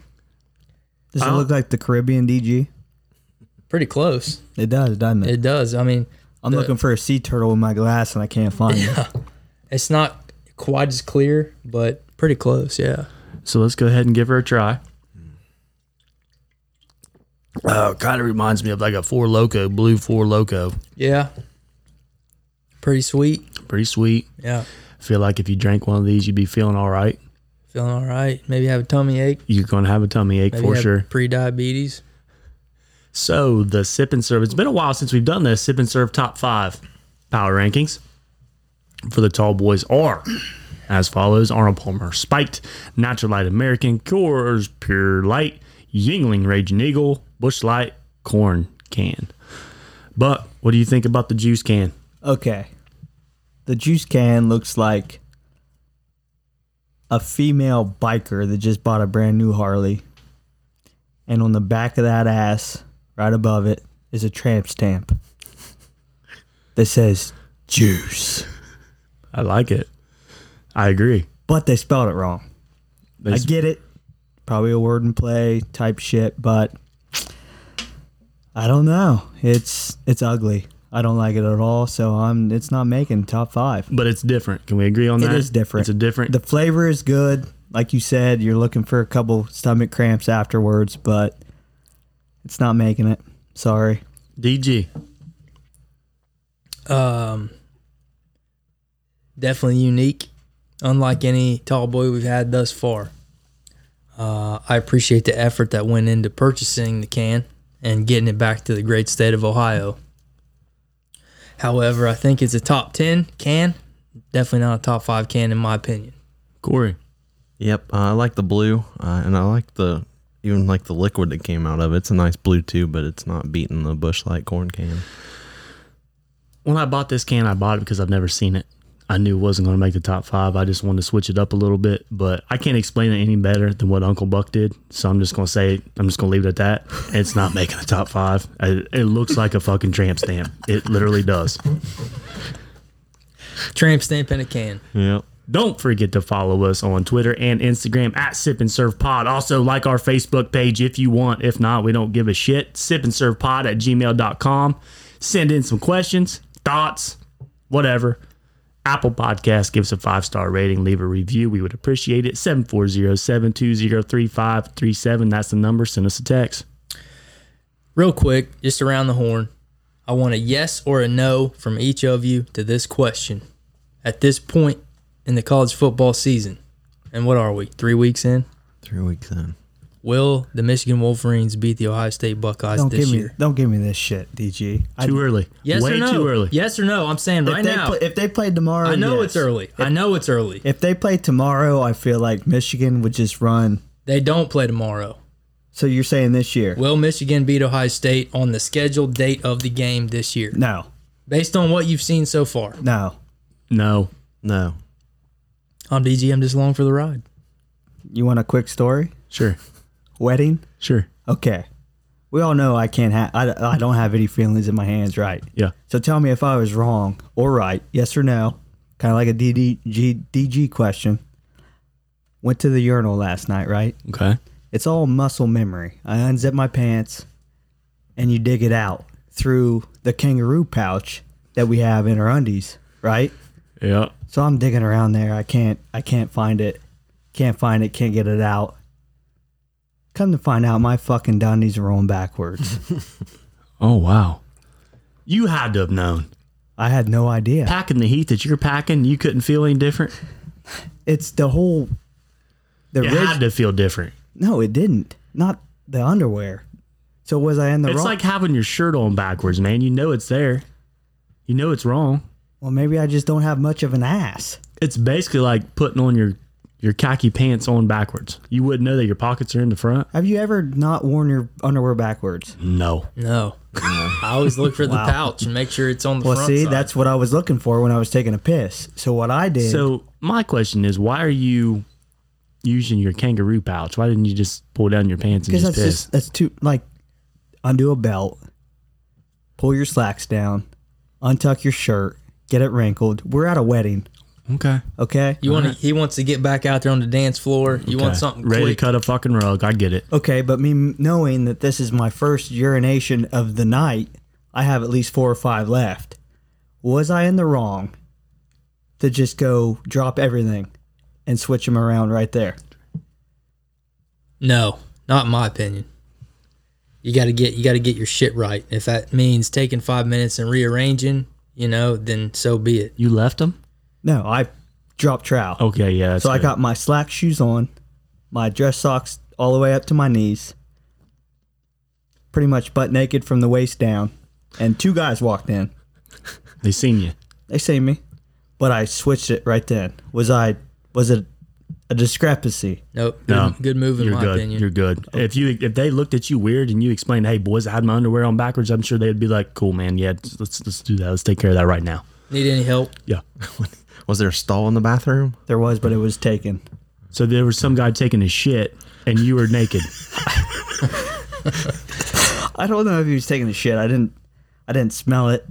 Does it look like the Caribbean DG?
Pretty close.
It does, doesn't it?
It does. I mean,
I'm looking for a sea turtle in my glass and I can't find it.
it's not quite as clear, but pretty close. Yeah.
So let's go ahead and give her a try. Oh, kind of reminds me of like a Four Loco, blue Four Loco.
Yeah. Pretty sweet.
Pretty sweet.
Yeah.
Feel like if you drank one of these, you'd be feeling all right.
Feeling all right. Maybe have a tummy ache.
You're going to have a tummy ache
Maybe
for
have
sure.
Pre-diabetes.
So the sip and serve. It's been a while since we've done this. Sip and serve top five power rankings for the tall boys are as follows: Arnold Palmer Spiked, Natural Light American, Coors Pure Light, Yingling Raging Eagle, Bush Light, Corn Can. But what do you think about the juice can?
Okay. The juice can looks like a female biker that just bought a brand new Harley. And on the back of that ass, right above it, is a tramp stamp that says juice.
I like it. I agree.
But they spelled it wrong. I
It's-
get it. Probably a word and play type shit, but I don't know. It's it's ugly. I don't like it at all, so I'm it's not making top five.
but it's different. Can we agree on that?
It is different.
It's a different.
The flavor is good. Like you said, you're looking for a couple stomach cramps afterwards, but it's not making it. Sorry.
DG,
Um, definitely unique, unlike any tall boy we've had thus far. Uh, I appreciate the effort that went into purchasing the can and getting it back to the great state of Ohio. However, I think it's a top 10 can, definitely not a top 5 can, in my opinion.
Corey,
Yep, uh, I like the blue, uh, and I like the even like the liquid that came out of it. It's a nice blue too, but it's not beating the Bush Light corn can.
when I bought this can, I bought it because I've never seen it. I knew it wasn't going to make the top five. I just wanted to switch it up a little bit, but I can't explain it any better than what Uncle Buck did. So I'm just going to say, I'm just going to leave it at that. It's not making the top five. It, it looks like a fucking tramp stamp. It literally does.
Tramp stamp in a can.
Yep.
Don't forget to follow us on Twitter and Instagram at Sip and Serve Pod. Also, like our Facebook page if you want. If not, we don't give a shit. Sip and Serve Pod at gmail.com. Send in some questions, thoughts, whatever. Apple Podcast gives a five star rating. Leave a review. We would appreciate it. 740 720 3537. That's the number. Send us a text.
Real quick, just around the horn, I want a yes or a no from each of you to this question. At this point in the college football season, and what are we, three weeks in?
Three weeks in.
Will the Michigan Wolverines beat the Ohio State Buckeyes
Don't
this
give me
year?
don't give me this shit, DG. I-
Too early.
Yes
Way
or no?
too early.
Yes or no? I'm saying
if
right
they
now.
pla- if they played tomorrow,
I know
yes.
it's early. I know it's early.
If they play tomorrow, I feel like Michigan would just run.
They don't play tomorrow.
So you're saying this year?
Will Michigan beat Ohio State on the scheduled date of the game this year?
No,
Based on what you've seen so far,
no.
No.
No.
I'm DG. I'm just along for the ride.
You want a quick story?
Sure.
Wedding?
Sure.
Okay. We all know I can't have. I, I don't have any feelings in my hands, right?
Yeah.
So tell me if I was wrong or right, yes or no. Kind of like a DDG, DG question. Went to the urinal last night, right?
Okay.
It's all muscle memory. I unzip my pants and you dig it out through the kangaroo pouch that we have in our undies, right?
Yeah.
So I'm digging around there. I can't I can't find it. Can't find it, can't get it out. Come to find out my fucking dundies are rolling backwards.
Oh, wow. You had to have known.
I had no idea.
packing the heat that you're packing, you couldn't feel any different.
It's the whole the
It
rig-
had to feel different.
No, it didn't. Not the underwear. So was I in the
It's
wrong?
like having your shirt on backwards, man. You know it's there. You know it's wrong.
well, maybe I just don't have much of an ass.
It's basically like putting on your your khaki pants on backwards. You wouldn't know that your pockets are in the front.
Have you ever not worn your underwear backwards?
No.
No, I always look for the pouch and make sure it's on the
Well,
front
see,
side.
that's what I was looking for when I was taking a piss. So what I did,
So my question is, why are you using your kangaroo pouch? Why didn't you just pull down your pants and just
because that's
piss?
just that's too like undo a belt, pull your slacks down, untuck your shirt, get it wrinkled. We're at a wedding,
okay.
okay?
you want to. He wants to get back out there on the dance floor. You want something
Ready
quick.
to cut a fucking rug. I get it.
Okay, but me knowing that this is my first urination of the night, I have at least four or five left. Was I in the wrong to just go drop everything and switch them around right there?
No, not in my opinion. You got to get you got to get your shit right. If that means taking five minutes and rearranging, you know, then so be it.
You left them?
No, I dropped trowel.
Okay, yeah. Oh, that's
so I
good.
got my slack shoes on, my dress socks all the way up to my knees, pretty much butt naked from the waist down, and two guys walked in.
they seen you.
They seen me, but I switched it right then. Was I was it a discrepancy?
Nope. Good,
No,
good move in
You're
my
good.
opinion. Oh.
You're good. If you if they looked at you weird and you explained, "Hey, boys, I had my underwear on backwards," I'm sure they'd be like, "Cool, man. Yeah, let's let's do that. Let's take care of that right now."
Need any help?
Yeah.
Was there a stall in the bathroom?
There was, but it was taken.
So there was some guy taking a shit, and you were naked.
I don't know if he was taking the shit. I didn't I didn't smell it.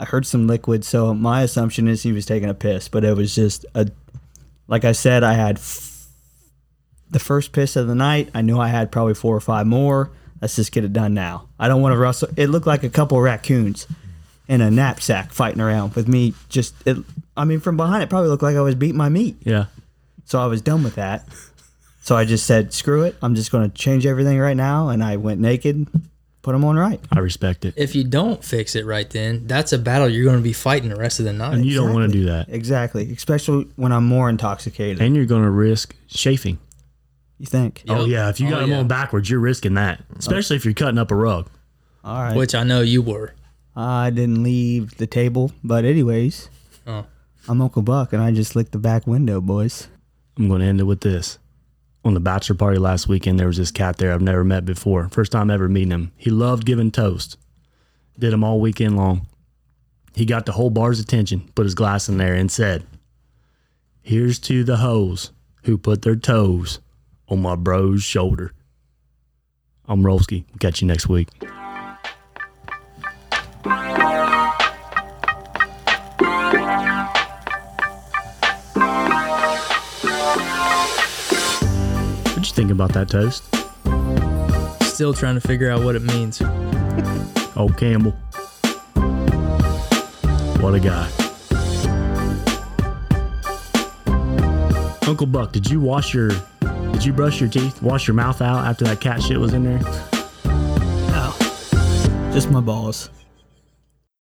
I heard some liquid, so my assumption is he was taking a piss, but it was just a like I said, I had f- the first piss of the night. I knew I had probably four or five more. Let's just get it done now. I don't want to rustle. It looked like a couple raccoons in a knapsack fighting around with me. Just, it, I mean, from behind, it probably looked like I was beating my meat.
yeah.
So I was done with that. So I just said, screw it. I'm just going to change everything right now. And I went naked, Put them on right.
I respect it.
If you don't fix it right then, that's a battle you're going to be fighting the rest of the night.
And you don't want to do that.
Exactly. Especially when I'm more intoxicated.
And you're going to risk chafing.
You think?
Oh,
Yep.
yeah. If you
Oh,
got them
yeah.
on backwards, you're risking that, especially if you're cutting up a rug.
All right.
Which I know you were.
I didn't leave the table, but anyways,
Oh.
I'm Uncle Buck, and I just licked the back window, boys.
I'm going to end it with this. On the bachelor party last weekend, there was this cat there I've never met before. First time ever meeting him. He loved giving toast. Did him all weekend long. He got the whole bar's attention, put his glass in there, and said, Here's to the hoes who put their toes on my bro's shoulder. I'm Rolski. Catch you next week. What you think about that toast?
Still trying to figure out what it means.
Oh, Campbell. What a guy. Uncle Buck, did you wash your did you brush your teeth, wash your mouth out after that cat shit was in there?
Just my balls.